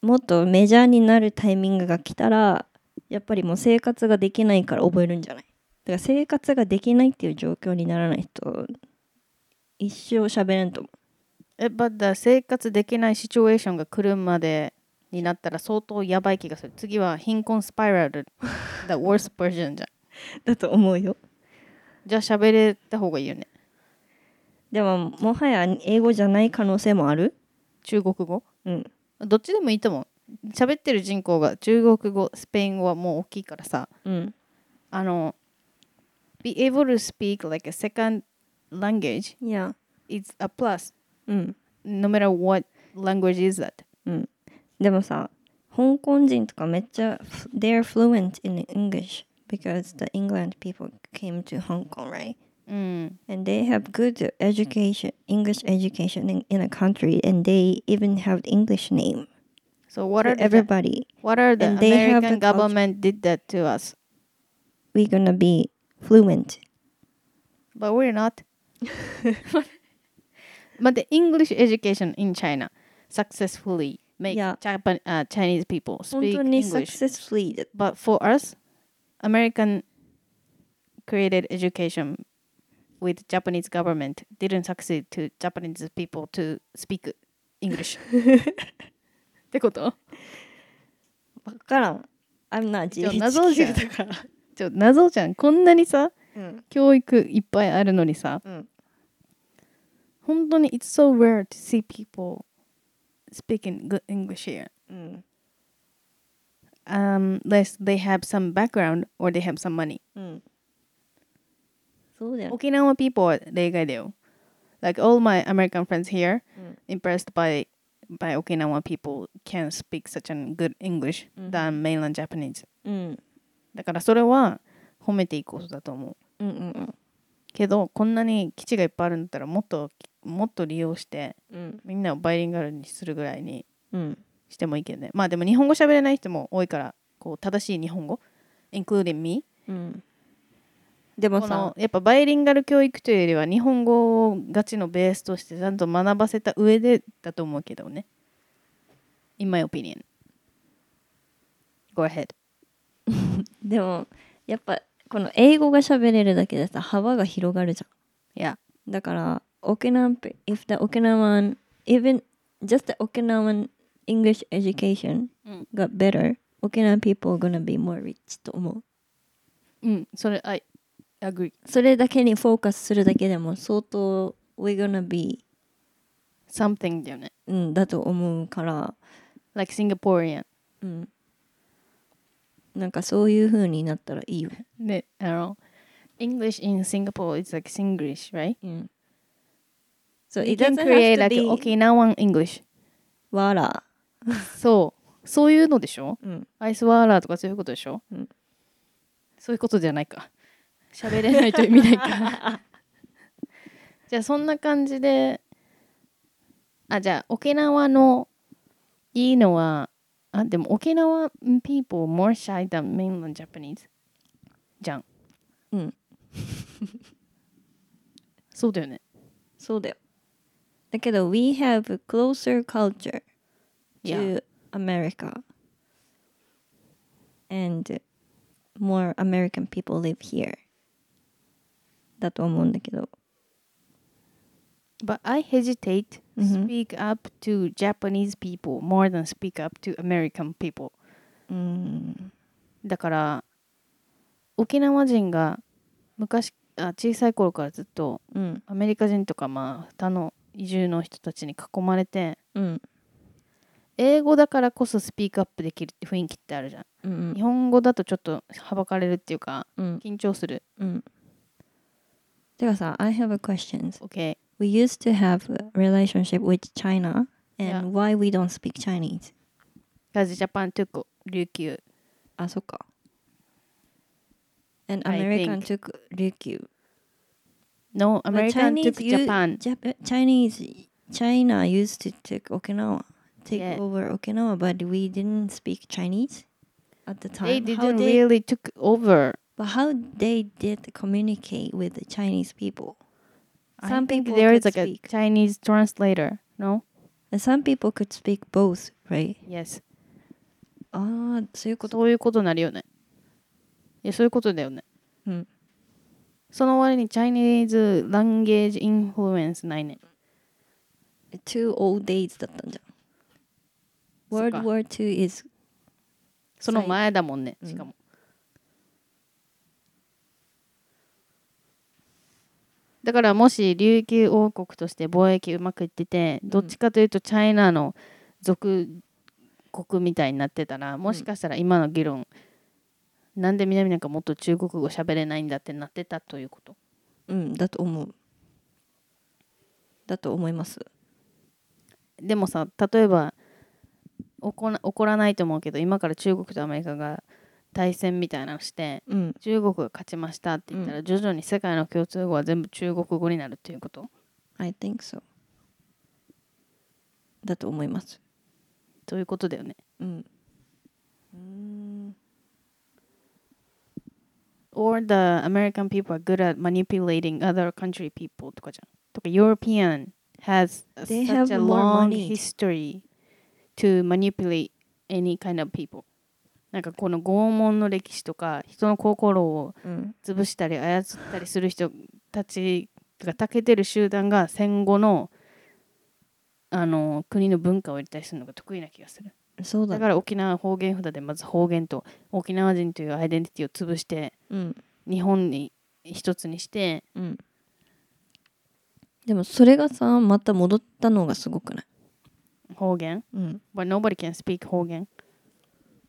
もっとメジャーになるタイミングが来たら、やっぱりもう生活ができないから覚えるんじゃないだから生活ができないっていう状況にならない人、一生喋れんと思え、but the 生活できないシチュエーションが来るまでになったら相当やばい気がする。次は貧困スパイラル、the worst version じゃん。だと思うよじゃあ喋れた方がいいよね。でももはや英語じゃない可能性もある中国語うんどっちでもいいと思う。喋ってる人口が中国語、スペイン語はもう大きいからさ。うんあの、be able to speak like a second language いや is a plus うん no matter what language is that. うんでもさ香港人とかめっちゃ they're fluent in English because the England people came to Hong Kong right うん。 and they have good education English education in, in a country and they even have English name So what for are the everybody What are the And they have American the culture. government did that to us? we gonna be fluent But we're not. ま the English education in China successfully make Yeah. Japan, uh, Chinese people 本 speak 当に English. successfully だ But for us, American created education with Japanese government didn't succeed to Japanese people to speak English. ってことわからん I'm not ち GHQ ょ謎 じゃん。ちょ謎じゃん。こんなにさ、うん教育いっぱいあるのにさ、うん本当に It's so rare to see people speaking good English here. うん Um, unless they have some background or they have some money. うんそうだよね Okinawa people は例外だよ。Like all my American friends here, うん impressed by by Okinawa people can speak such a good English うん than mainland Japanese. うんだからそれは褒めていくことだと思う。うんうんけどこんなに基地がいっぱいあるんだったらもっともっと利用してうんみんなをバイリンガルにするぐらいにうんしてもいいけどねまあでも日本語喋れない人も多いからこう正しい日本語 including me うんでもこさのやっぱバイリンガル教育というよりは日本語をガチのベースとしてちゃんと学ばせた上でだと思うけどね In my opinion Go ahead でもやっぱこの英語が喋れるだけでさ幅が広がるじゃ Yeah んだから沖縄 if the Okinawan even just the Okinawan English education うん got better Okinawan people gonna be more rich と思ううんそれ I agree それだけにフォーカスするだけでも相当 we're gonna be Something だよねうんだと思うから Like Singaporean うんなんかそういう風になったらいいよであの English in Singapore is like Singlish right? うんそう You it doesn't can have create to like be Okinawan English わらそうそういうのでしょうんアイスワーラーとかそういうことでしょ、うんそういうことじゃないか喋れないと意味ないから じゃあそんな感じであじゃあ沖縄のいいのはあでも沖縄 people more shy than mainland Japanese じゃんうん そうだよねそうだよ。だけど、we have closer culture Yeah. to America. And more American people live here. だと思うんだけど。 But I hesitate Mhm. speak up to Japanese people more than speak up to American people うん。だから沖縄人が昔あ小さい頃からずっとうん。アメリカ人とかまあ他の移住の人たちに囲まれてうん。英語だからこそスピークアップできるって雰囲気ってあるじゃん、うん。うん日本語だとちょっとはばかれるっていうかうん。緊張するうん。てかさ、I have a question. OK We used to have a relationship with China Yeah. and why we don't speak Chinese. Because Japan took 琉球あ、そっか。And I American think- took 琉球。 No But American took Chinese u- Japan Jap- Chinese China used to take Okinawa, take Yeah. over Okinawa, but we didn't speak Chinese at the time. They how didn't they, really took over but how they did communicate with the Chinese people? I Some think people there is could like a speak. Chinese translator. No. And some people could speak both, right? Yes. Ah, ああ、そういうこと。そういうことになるよね。いやそういうことだよね。うん。その割に Chinese language influence ないね。 two old days だったんじゃん。そっか World War II is その前だもんねしかも、だからもし琉球王国として貿易うまくいっててどっちかというとチャイナの属国みたいになってたらもしかしたら今の議論、なんで南なんかもっと中国語喋れないんだってなってたということうんだと思う。だと思います。でもさ例えば起こな起こらないと思うけど今から中国とアメリカが対戦みたいなのしてうん中国が勝ちましたって言ったら、徐々に世界の共通語は全部中国語になるっていうこと I think so. だと思います。ということだよねうん。 Or the American people are good at manipulating other country people とかじゃんとか European has They such have a more long money. history to manipulate any kind of people なんかこの拷問の歴史とか人の心をうん。潰したり操ったりする人たちが長けてる集団が戦後のあの国の文化を入れたりするのが得意な気がするそうだだね。から沖縄方言札でまず方言と沖縄人というアイデンティティを潰してうん。日本に一つにしてうん。でもそれがさ、また戻ったのがすごくない方言うん。 But nobody can speak 方言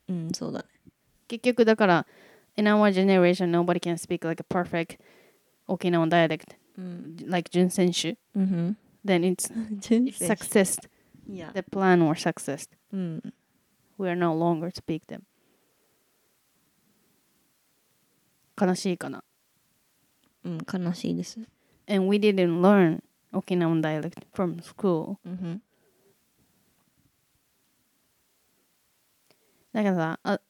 うん、そうだね。結局だから In our generation nobody can speak like a perfect 沖縄 dialect うん。 like 純選手うん then it's, ふん。 it's success いや。 the plan or success うん。 We are no longer speak them. 悲しいかな。うん、悲しいです。 And we didn't learn Okinawan dialect from school. うん。だからさ、あ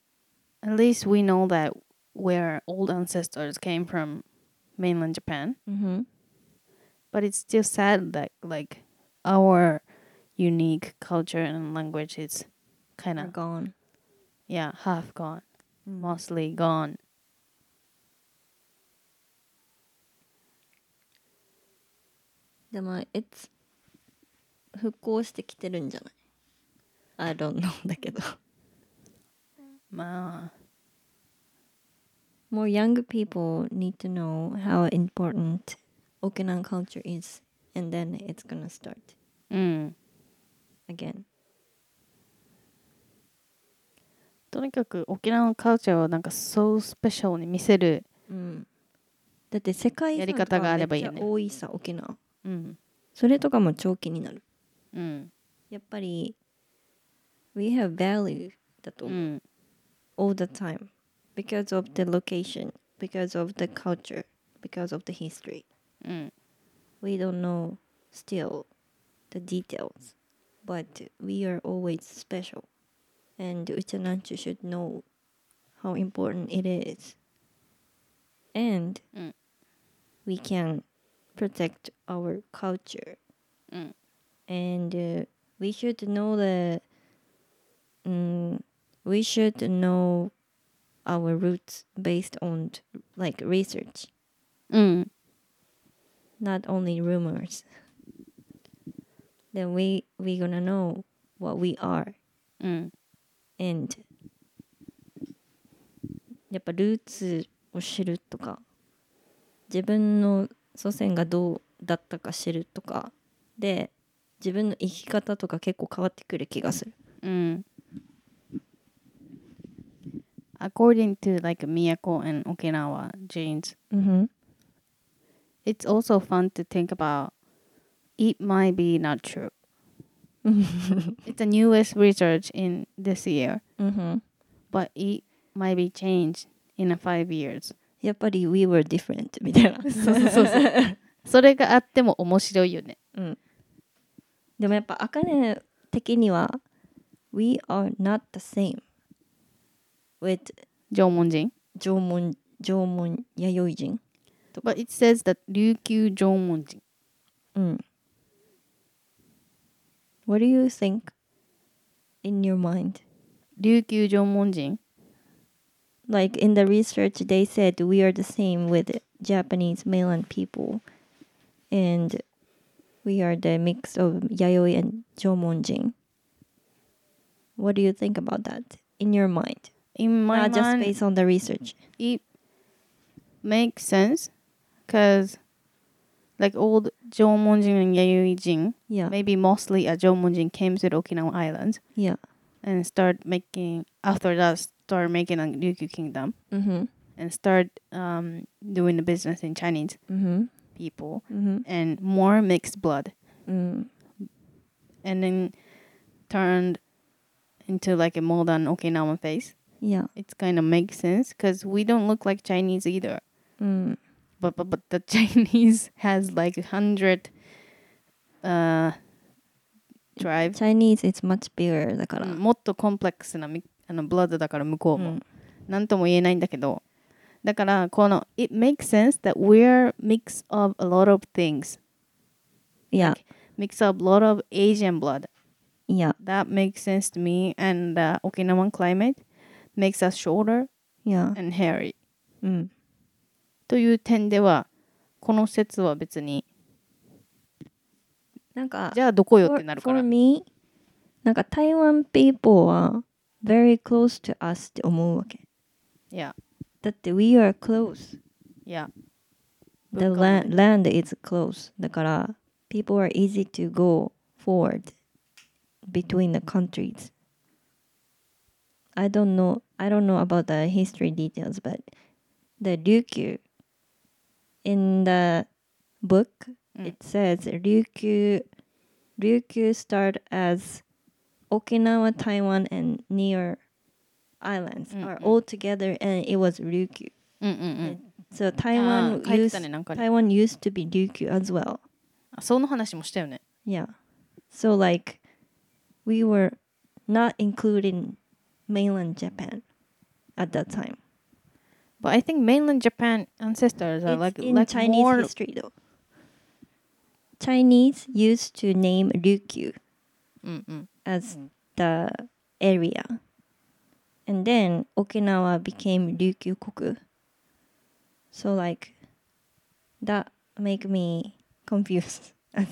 at least we know that where old ancestors came from mainland Japan. うん。 But it's still sad that like our unique culture and language is kind of gone. yeah half gone, mostly gone. でも、it's 復興してきてるんじゃない ?I don't know だけど。まあ More younger people need to know how important Okinawan culture is, and then it's gonna start うん。 again. とにかく沖縄のカルチャーをなんか so special に見せる、うん、だって世界遺や産りと方があればいいよかめねっちゃ多いさ、沖縄。うんそれとかも長期になる。うんやっぱり、we have value だとう思う。ん、 all the time because of the location, because of the culture, because of the history. うん、 We don't know still the details, but we are always special. And Uchananchu should know how important it is. And Mm. we can protect our culture. Mm. And uh, we should know the. Mm, we should know our roots based on like research, うん、 not only rumors. Then we we gonna know what we are うん、 and やっぱルーツを知るとか自分の祖先がどうだったか知るとかで自分の生き方とか結構変わってくる気がする。うん。According to like Miyako and Okinawa genes, うんふん it's also fun to think about it might be not true. it's the newest research in this year, うんふん but it might be changed in five years. やっぱり We were different みたいな。それがあっても面白いよね。うん、でもやっぱアカネ的には We are not the same with 縄文人。縄文縄文弥生人 But it says that 琉球縄文人。うん。What do you think in your mind? 琉球縄文人 Like in the research, they said we are the same with Japanese mainland people, and We are the mix of Yayoi and Jomonjin. What do you think about that in your mind? In my Not just mind, based on the research. it makes sense because like old Jomon-jin and Yayoi-jin, Yeah. maybe mostly a Jomon-jin came to the Okinawa Islands Yeah. and start making, after that, start making a Ryukyu Kingdom Mm-hmm. and start um, doing the business in Chinese Mm-hmm. people Mm-hmm. and more mixed blood Mm. and then turned into like a modern Okinawan face. Yeah. It's kind of makes sense because we don't look like Chinese either. Mm. but but, but the Chinese has like a hundred uh tribes. Chinese it's much bigger だから。もっとコンプレックスなみあのブラッドだから向こう Mm. Hmm. も、なんとも言えないんだけどだからこの「It makes sense that we're mix of a lot of things Yeah. mix of a lot of Asian blood Yeah. that makes sense to me and、uh, Okinawan climate makes us shorter Yeah. Mm. and hairy うん。という点ではこの説は別になんかじゃあどこよっ for, てなるから for me なんか台湾 people は very close to us って思うわけ。いやだって we are close. いや The 文化もね land, land is close. だから people are easy to go forward between the countries. I don't know I don't know about the history details but the Ryukyu in the book Mm. it says Ryukyu Ryukyu start as Okinawa, Taiwan and near islands Mm, are mm. all together and it was Ryukyu. うんうんうん。 So あ Taiwan ー書いて used たねなんかね Taiwan used to be Ryukyu as well. あその話もしたよね。 Yeah. So like we were not including mainland Japan at that time. But I think mainland Japan ancestors are It's like in like Chinese more history though. Chinese used to name Ryukyu うんうん as Mm. the area. And then Okinawa became Ryukyu Koku. So like that make me confused as,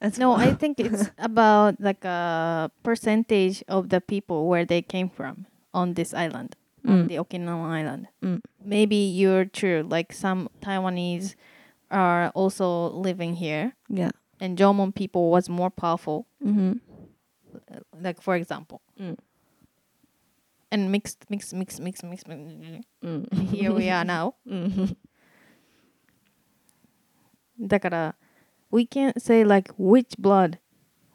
as No, well. Mm. I think it's about like a percentage of the people where they came from on this island, on Mm. the Okinawa island. Mm. Maybe you're true. Like some Taiwanese are also living here, yeah. and Jomon people was more powerful. Mm-hmm. Like for example, Mm. and mixed, mixed, mixed, mixed, mixed. mixed Mm. here we are now. Dakara, we can't say like which blood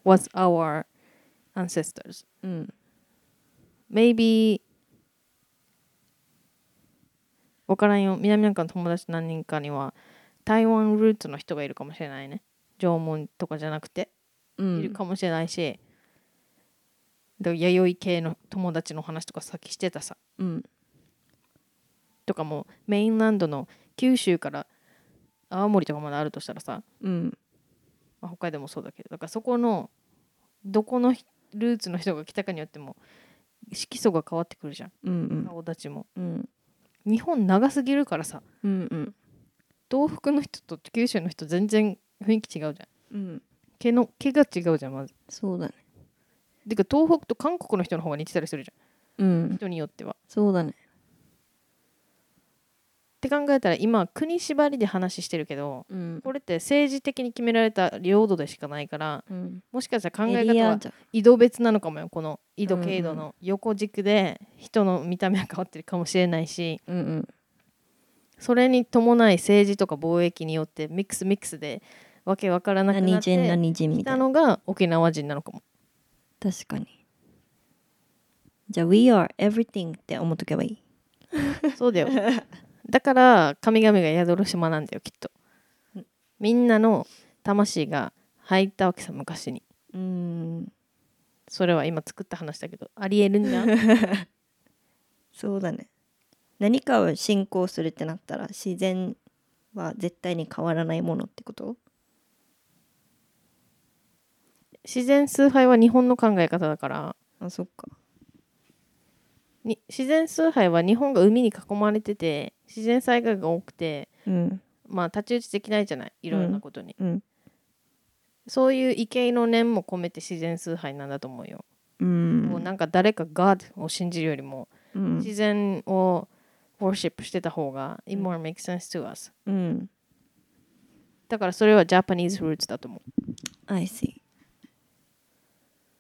was our ancestors. Mm. Maybe わからんよ南なんかの友達何人かには台湾ルーツの人がいるかもしれないね縄文とかじゃなくているかもしれないし、で弥生系の友達の話とかさっきしてたさうんとかもメインランドの九州から青森とかまであるとしたらさ、うんまあ、北海道もそうだけどだからそこのどこのひルーツの人が来たかによっても色素が変わってくるじゃんうん顔立ちもうん日本長すぎるからさうんうん東北の人と九州の人全然雰囲気違うじゃうんん毛の毛が違うじゃんまずそうだねてか東北と韓国の人の方が似てたりするじゃうんん人によってはそうだねって考えたら今国縛りで話してるけどうんこれって政治的に決められた領土でしかないからうんもしかしたら考エえリ方アはじゃ緯度別なのかもよこの緯度うんうん経度の横軸で人の見た目は変わってるかもしれないしうんうんそれに伴い政治とか貿易によってミックスミックスでわけわからなくな何っ人て何人きみたたいなのが沖縄人なのかも確かにじゃあ We are everything って思っとけばいいそうだよ だから神々が宿る島なんだよきっとみんなの魂が入ったわけさ昔にうんそれは今作った話だけどありえるんじゃん そうだね何かを信仰するってなったら自然は絶対に変わらないものってこと自然崇拝は日本の考え方だからあそっかに自然崇拝は日本が海に囲まれてて自然災害が多くてうんまあ太刀打ちできないじゃないいろんなことに、うんそういう畏敬の念も込めて自然崇拝なんだと思うよ、うもうんなんか誰か God を信じるよりもうん自然を worship してた方が it more makes sense to us うんだからそれはジャパニーズルーツだと思 I see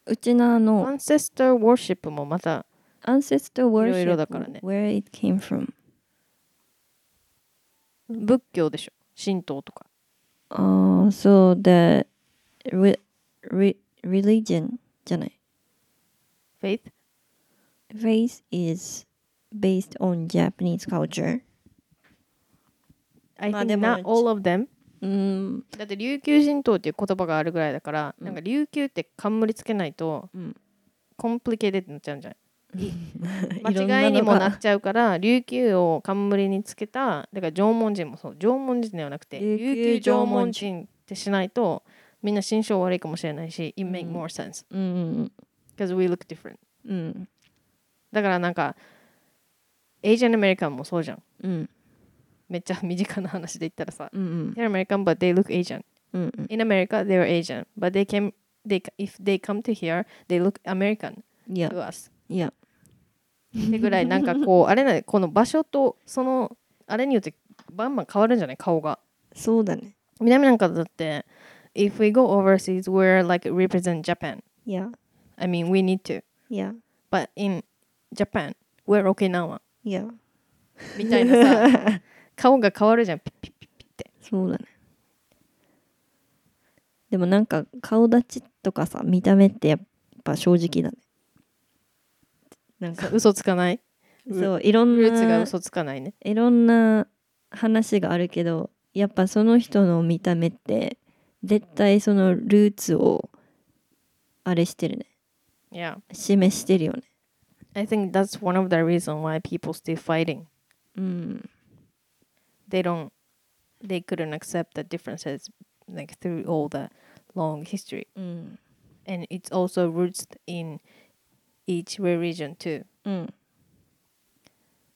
うちのあうアのンセスターワーシップもまた ancestor いろい worship ろだからね where it came from 仏教でしょ神道とか uh, so the re, re, religion じゃない faith faith is based on Japanese culture I まあ think でも not all of them うんだって琉球人島っていう言葉があるぐらいだから、なんか琉球って冠つけないと、うんコンプリケーテッドになっちゃうんじゃないろん 間違いにものながっちゃうから琉球を冠につけただから縄文人もそう縄文人ではなくて琉琉球球縄縄文文人ってしないとみんな心象悪いかもしれないし it make more sense mm, うん、 because we look different mm, うんだからなんか Asian American もそうじゃんうんめっちゃ身近な話で言ったらさうん They're American but they look Asian うん in America they were Asian, but they came they if they come to here they look American いや to us い やってぐらいなんかこうあれなこの場所とそのあれによってバンバン変わるんじゃない顔がそうだね南なんかだって if we go overseas we're like represent Japan いや I mean we need to いや but in Japan we're Okinawa いやみたいなさ 顔が変わるじゃんピッピッピッピッってそうだねでもなんか顔立ちとかさ見た目ってやっぱ正直だねなんか嘘つかないそういろんルーツがな嘘つかないねいろんな話があるけどやっぱその人の見た目って絶対そのルーツをあれしてるね Yeah 示してるよね I think that's one of the reason why people still fighting うん they don't they couldn't accept the differences like through all the long history うん and it's also rooted in each religion too うん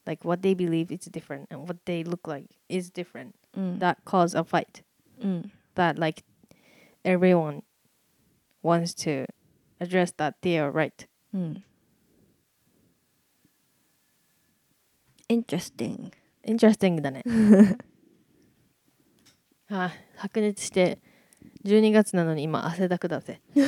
like what they believe is different and what they look like is different うん that cause a fight うん that like everyone wants to address that they are right うん Interesting interesting だね あ白熱して12月なのに今汗だくだ ぜ今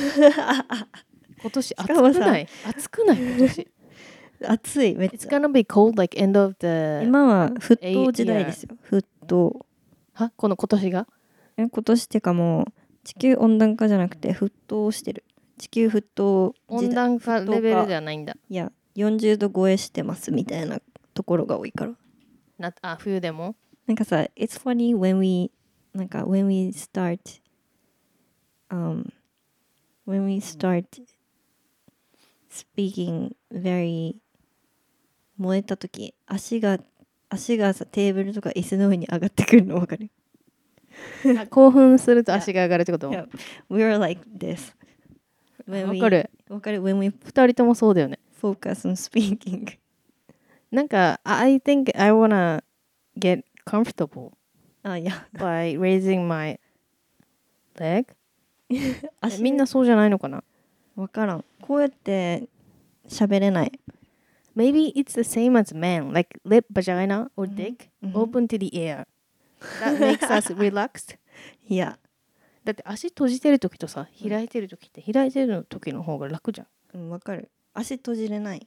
年暑かもくさない暑くない今年 暑いめっ It's ちゃ gonna be cold like end of the 今は沸騰時代ですよ沸騰はこの今年がえ今年ってかもう地球温暖化じゃなくて沸騰してる地球沸騰時温代暖化レベルではないんだいや40度超えしてますみたいなところが多いからなあ冬でもなんかさ It's funny when we なんか when we start um when we start speaking very 燃えた時足が足がさテーブルとか椅子の上に上がってくるのわかるあ 興奮すると足が上がるってこといわや We are like this. When we- かるわかる When we 二人ともそうだよね focus on speaking. なんか I think I wanna get comfortable あ、いや。 by raising my leg 足みんなそうじゃないのかなわからん。こうやって喋れない。 Maybe it's the same as men, like lip, vagina, or dick Mhm. open to the air. That makes us relaxed. いや。だって足閉じてる時とさ開いてる時って開いてる時の方が楽じゃうん。ん、わかる。足閉じれない。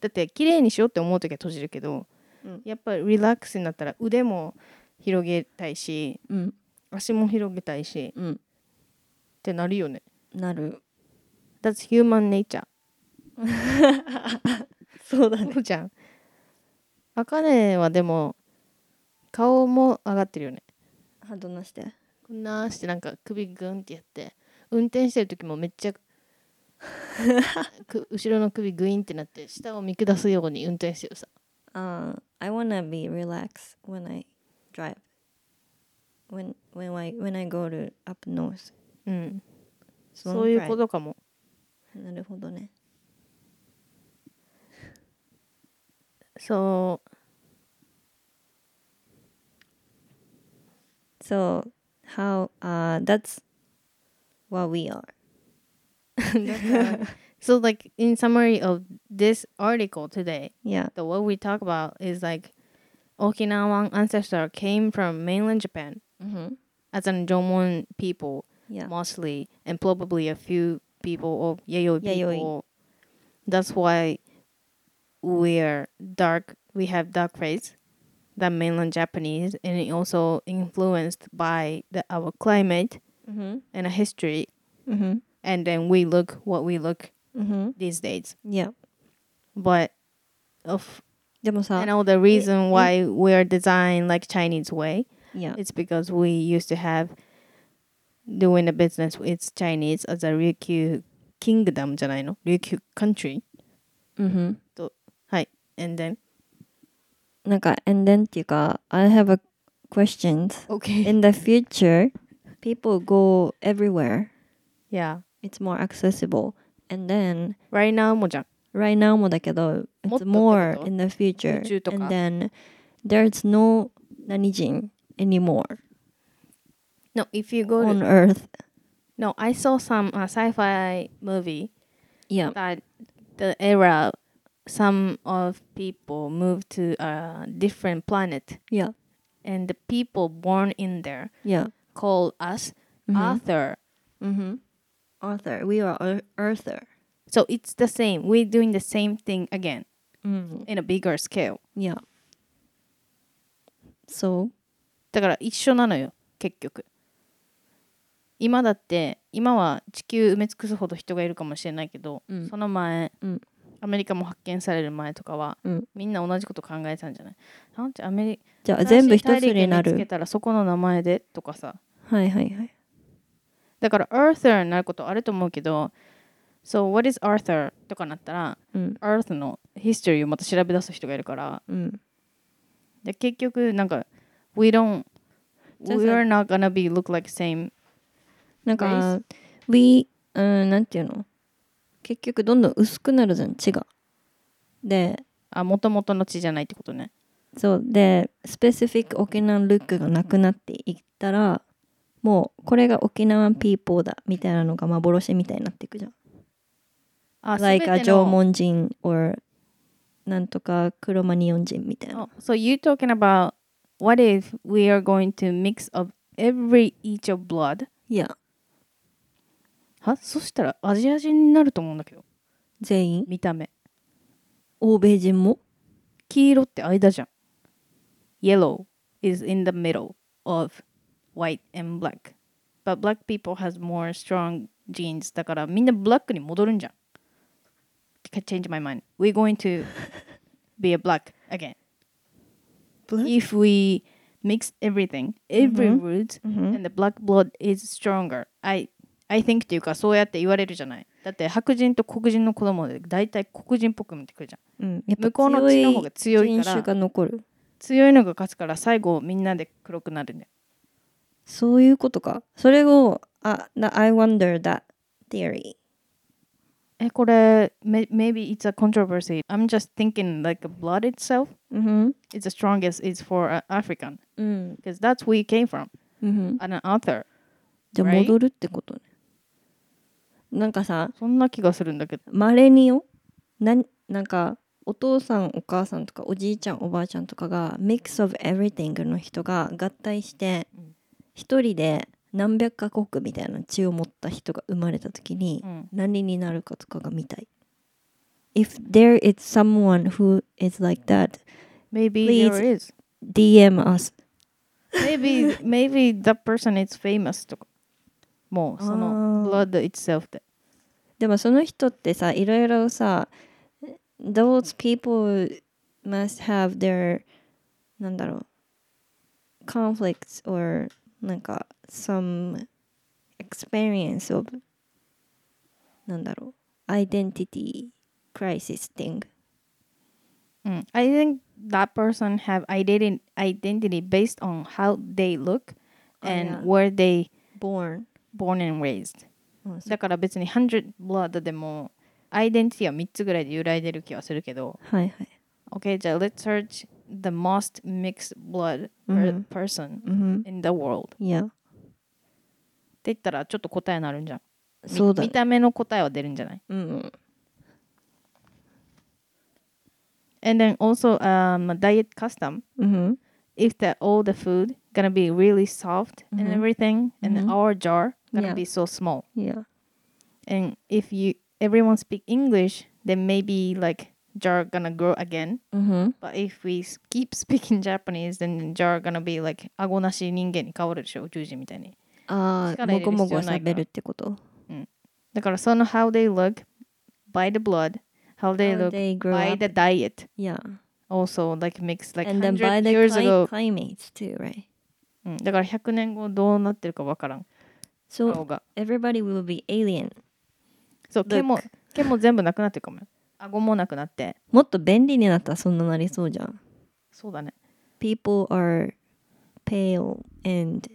だって綺麗にしようって思う時は閉じるけど、うんやっぱりリラックスになったら腕も広げたいしうん。足も広げたいしっうん。てなるよね。なる。 That's human nature. そうだね。そうじゃん。あかねはでも顔も上がってるよね。あ、どんなして。こんなーしてなんか首グンってやって運転してる時もめっ ちゃく後ろの首グインってなって下を見下すように運転してるさあ、I wanna be relaxed when I drive. When, when, I, when I go to up north. うんそのそういうことかもなるほどね。そう So, how, uh, that's what we are. そう like in summary of this article today Yeah. the what we talk about is like Okinawan ancestor came from mainland Japan Mm-hmm. as an Jomon people Yeah. mostly and probably a few people of Yayoi Yayoi. people. That's why we're dark. We have dark race that mainland Japanese and it also influenced by the our climate Mm-hmm. and a history Mm-hmm. and then we look what we look Mm-hmm. these days. Yeah. But of でもさ and、all the reason why we're designed like Chinese way yeah. Uh, It's because we used to have doing the business with Chinese as a Ryukyu kingdom じゃないの ?Ryukyu country. Mm-hmm. はい。And then, なんか、and then っていうか、I have a question. okay. In the future, people go everywhere. Yeah. It's more accessible. And then, Right now もじゃん。 right now もだけど、もっとってこ it's と more in the future. 宇宙とか And then, there's no 何人 anymore No, if you go on to... earth. No, I saw some、uh, sci-fi movie Yeah. that the era some of people moved to a different planet Yeah. and the people born in there Yeah. call us Arthur. Mm-hmm. Arthur. We are Ar- Arthur. So it's the same. We're doing the same thing again Mm. in a bigger scale. Yeah. So, だから一緒なのよ結局今だって今は地球埋め尽くすほど人がいるかもしれないけど、うんその前、うんアメリカも発見される前とかは、うんみんな同じこと考えてたんじゃないなんてアメリじゃあカ全部一つになつける。たらそこの名前でとかさはいはいはい。だから Arthur になることあると思うけど So what is Arthur とかなったらうん。 Earth のヒストリーをまた調べ出す人がいるからうん。で結局なんか We don't じゃあ We さ are not gonna be look like same なんか、we、うん、なんていうの結局どんどん薄くなるじゃん、血が。で、あ元々の地じゃないってことねそう、で、スペシフィック沖縄ルックがなくなっていったら、もうこれが沖縄ピーポーだみたいなのが幻みたいになっていくじゃん。あ like a 全ての縄文人 or なんとかクロマニオン人みたいな。 Oh, so you talking about what if we are going to mix of every each of blood いや、はそしたらアジア人になると思うんだけど全員見た目欧米人も黄色って間じゃん Yellow is in the middle of white and black but black people has more strong genes だからみんなブラックに戻るんじゃん Change my mind we're going to be a black again if we mix everything, every root, and the black blood is stronger. I, I think っていうかそうやって言われるじゃない。だって白人と黒人の子供で大体黒人っぽく見てくるじゃん。うん、やっぱ向こうの血の方が強いか人ら種が残る。強いのが勝つから最後みんなで黒くなるんだよ。そういうことか。それを、あ、な I wonder that theory. え、これ、may- maybe it's a controversy. I'm just thinking like blood itself うん。 is the strongest is for a African うん。 because that's where you came from うん。 and an author. じゃあ Right? 戻るってことね。なんかさ、そんな気がするんだけど。まれによ。なんなんか、お父さんお母さんとかおじいちゃんおばあちゃんとかが mix of everything の人が合体してうん一人で何百カ国みたいな血を持った人が生まれた時にうん何になるかとかが見たい。If there is someone who is like that, Maybe Please. there is. DM us. maybe maybe that person is famous とかもうそのあ blood itself ででもその人ってさいろいろさ those people must have their なんだろう conflicts or なんか some experience of なんだろう identity crisis thing うん I think that person have identi- identity based on how they look and yeah. where they born born and raised うんそだから別に100 blood でもアイデンティティは3つぐらいで揺らいでる気はするけどはいはい OK じゃあ Let's search the most mixed blood うん per person うん in the world いやっ言ったらちょっと答えになるんじゃんみそうだ見た目の答えは出るんじゃないうん。 And then also um, a diet custom うん。 if the all the food gonna be really soft and Mhm. everything and Mhm. our jar gonna Yeah. be so small Yeah. and if you everyone speak english then maybe like jar gonna grow again うん。 but if we s- keep speaking japanese then jar gonna be like あごなし人間に変わるでしょ宇宙人みたいにああ、力入もれごるも必ご要ないから喋るってこと。だからその how they look by the blood how they How look they grow by up. the diet Yeah. also like makes like And then by 100 the years cli- ago climates too, right? うんだから100年後どうなってるかわからん So 顔が everybody will be alien. そう毛も毛も全部なくなってるかもよ顎もなくなってもっと便利になったらそんななりそうじゃん。そうだね People are pale and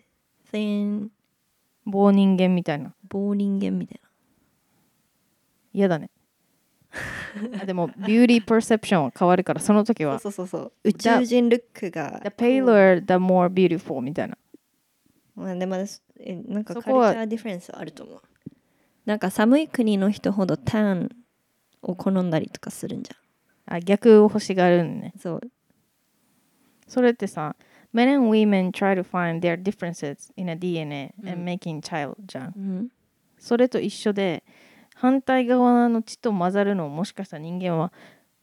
thin, 棒人間みたいな棒人間みたい 嫌だねあでもビューティーパーセプションは変わるからその時な。 はそうそうそうそう。宇宙人ルックが The。paler the more beautiful みたいなまあでも私えなんかそカルこチャはーディフェンスあると思う。なんか寒い国の人ほどターンを好んだりとかするんじあ逆を欲しがるんねゃん。そう。それってさ Men and women try to find their differences in a DNA and making child じゃんうん。それと一緒で反対側の血と混ざるのをもしかしたら人間は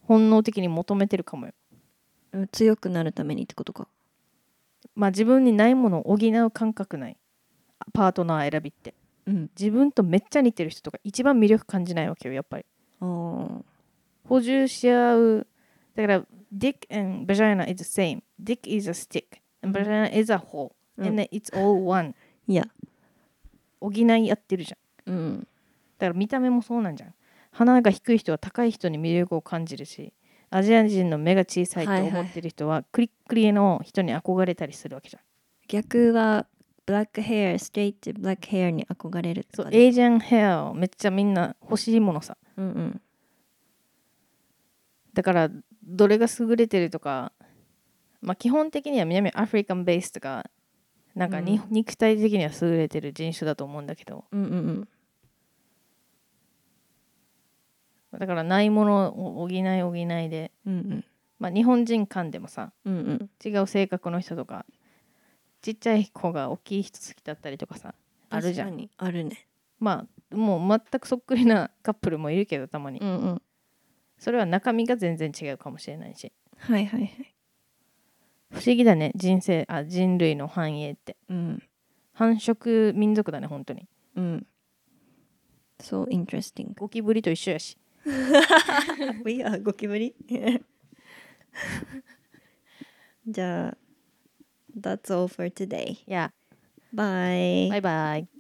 本能的に求めてるかもよ強くなるためにってことか。まあ自分にないものを補う感覚ないパートナー選びってうん。自分とめっちゃ似てる人とか一番魅力感じないわけよやっぱりああ。補充し合うだから dick and vagina is the same dick is a stick and vagina is a hole、うん and then it's all one いや。補い合ってるじゃんうん。だから見た目もそうなんじゃん鼻が低い人は高い人に魅力を感じるしアジア人の目が小さいとはいはい思ってる人はクリックリの人に憧れたりするわけじゃん、逆は、ブラックヘア、ストレートブラックヘアに憧れるとそうかね。エージャンヘアをめっちゃみんな欲しいものさうんうん。だからどれが優れてるとか、まあ、基本的には南アフリカンベースとかなんかに、うん肉体的には優れてる人種だと思うんだけどうんうんうん。だからないものを補い補いで、うんうん。まあ、日本人間でもさうんうん。違う性格の人とかちっちゃい子が大きい人好きだったりとかさあるじゃん確かに。あるね。まあもう全くそっくりなカップルもいるけどたまに、んうん。それは中身が全然違うかもしれないしはいはいはい。不思議だね人生あ人類の繁栄ってうん。繁殖民族だね本当にうん。そう、interesting. ゴキブリと一緒やし We are ゴキブ リじゃあ、that's all for today. いや Bye. バイバイ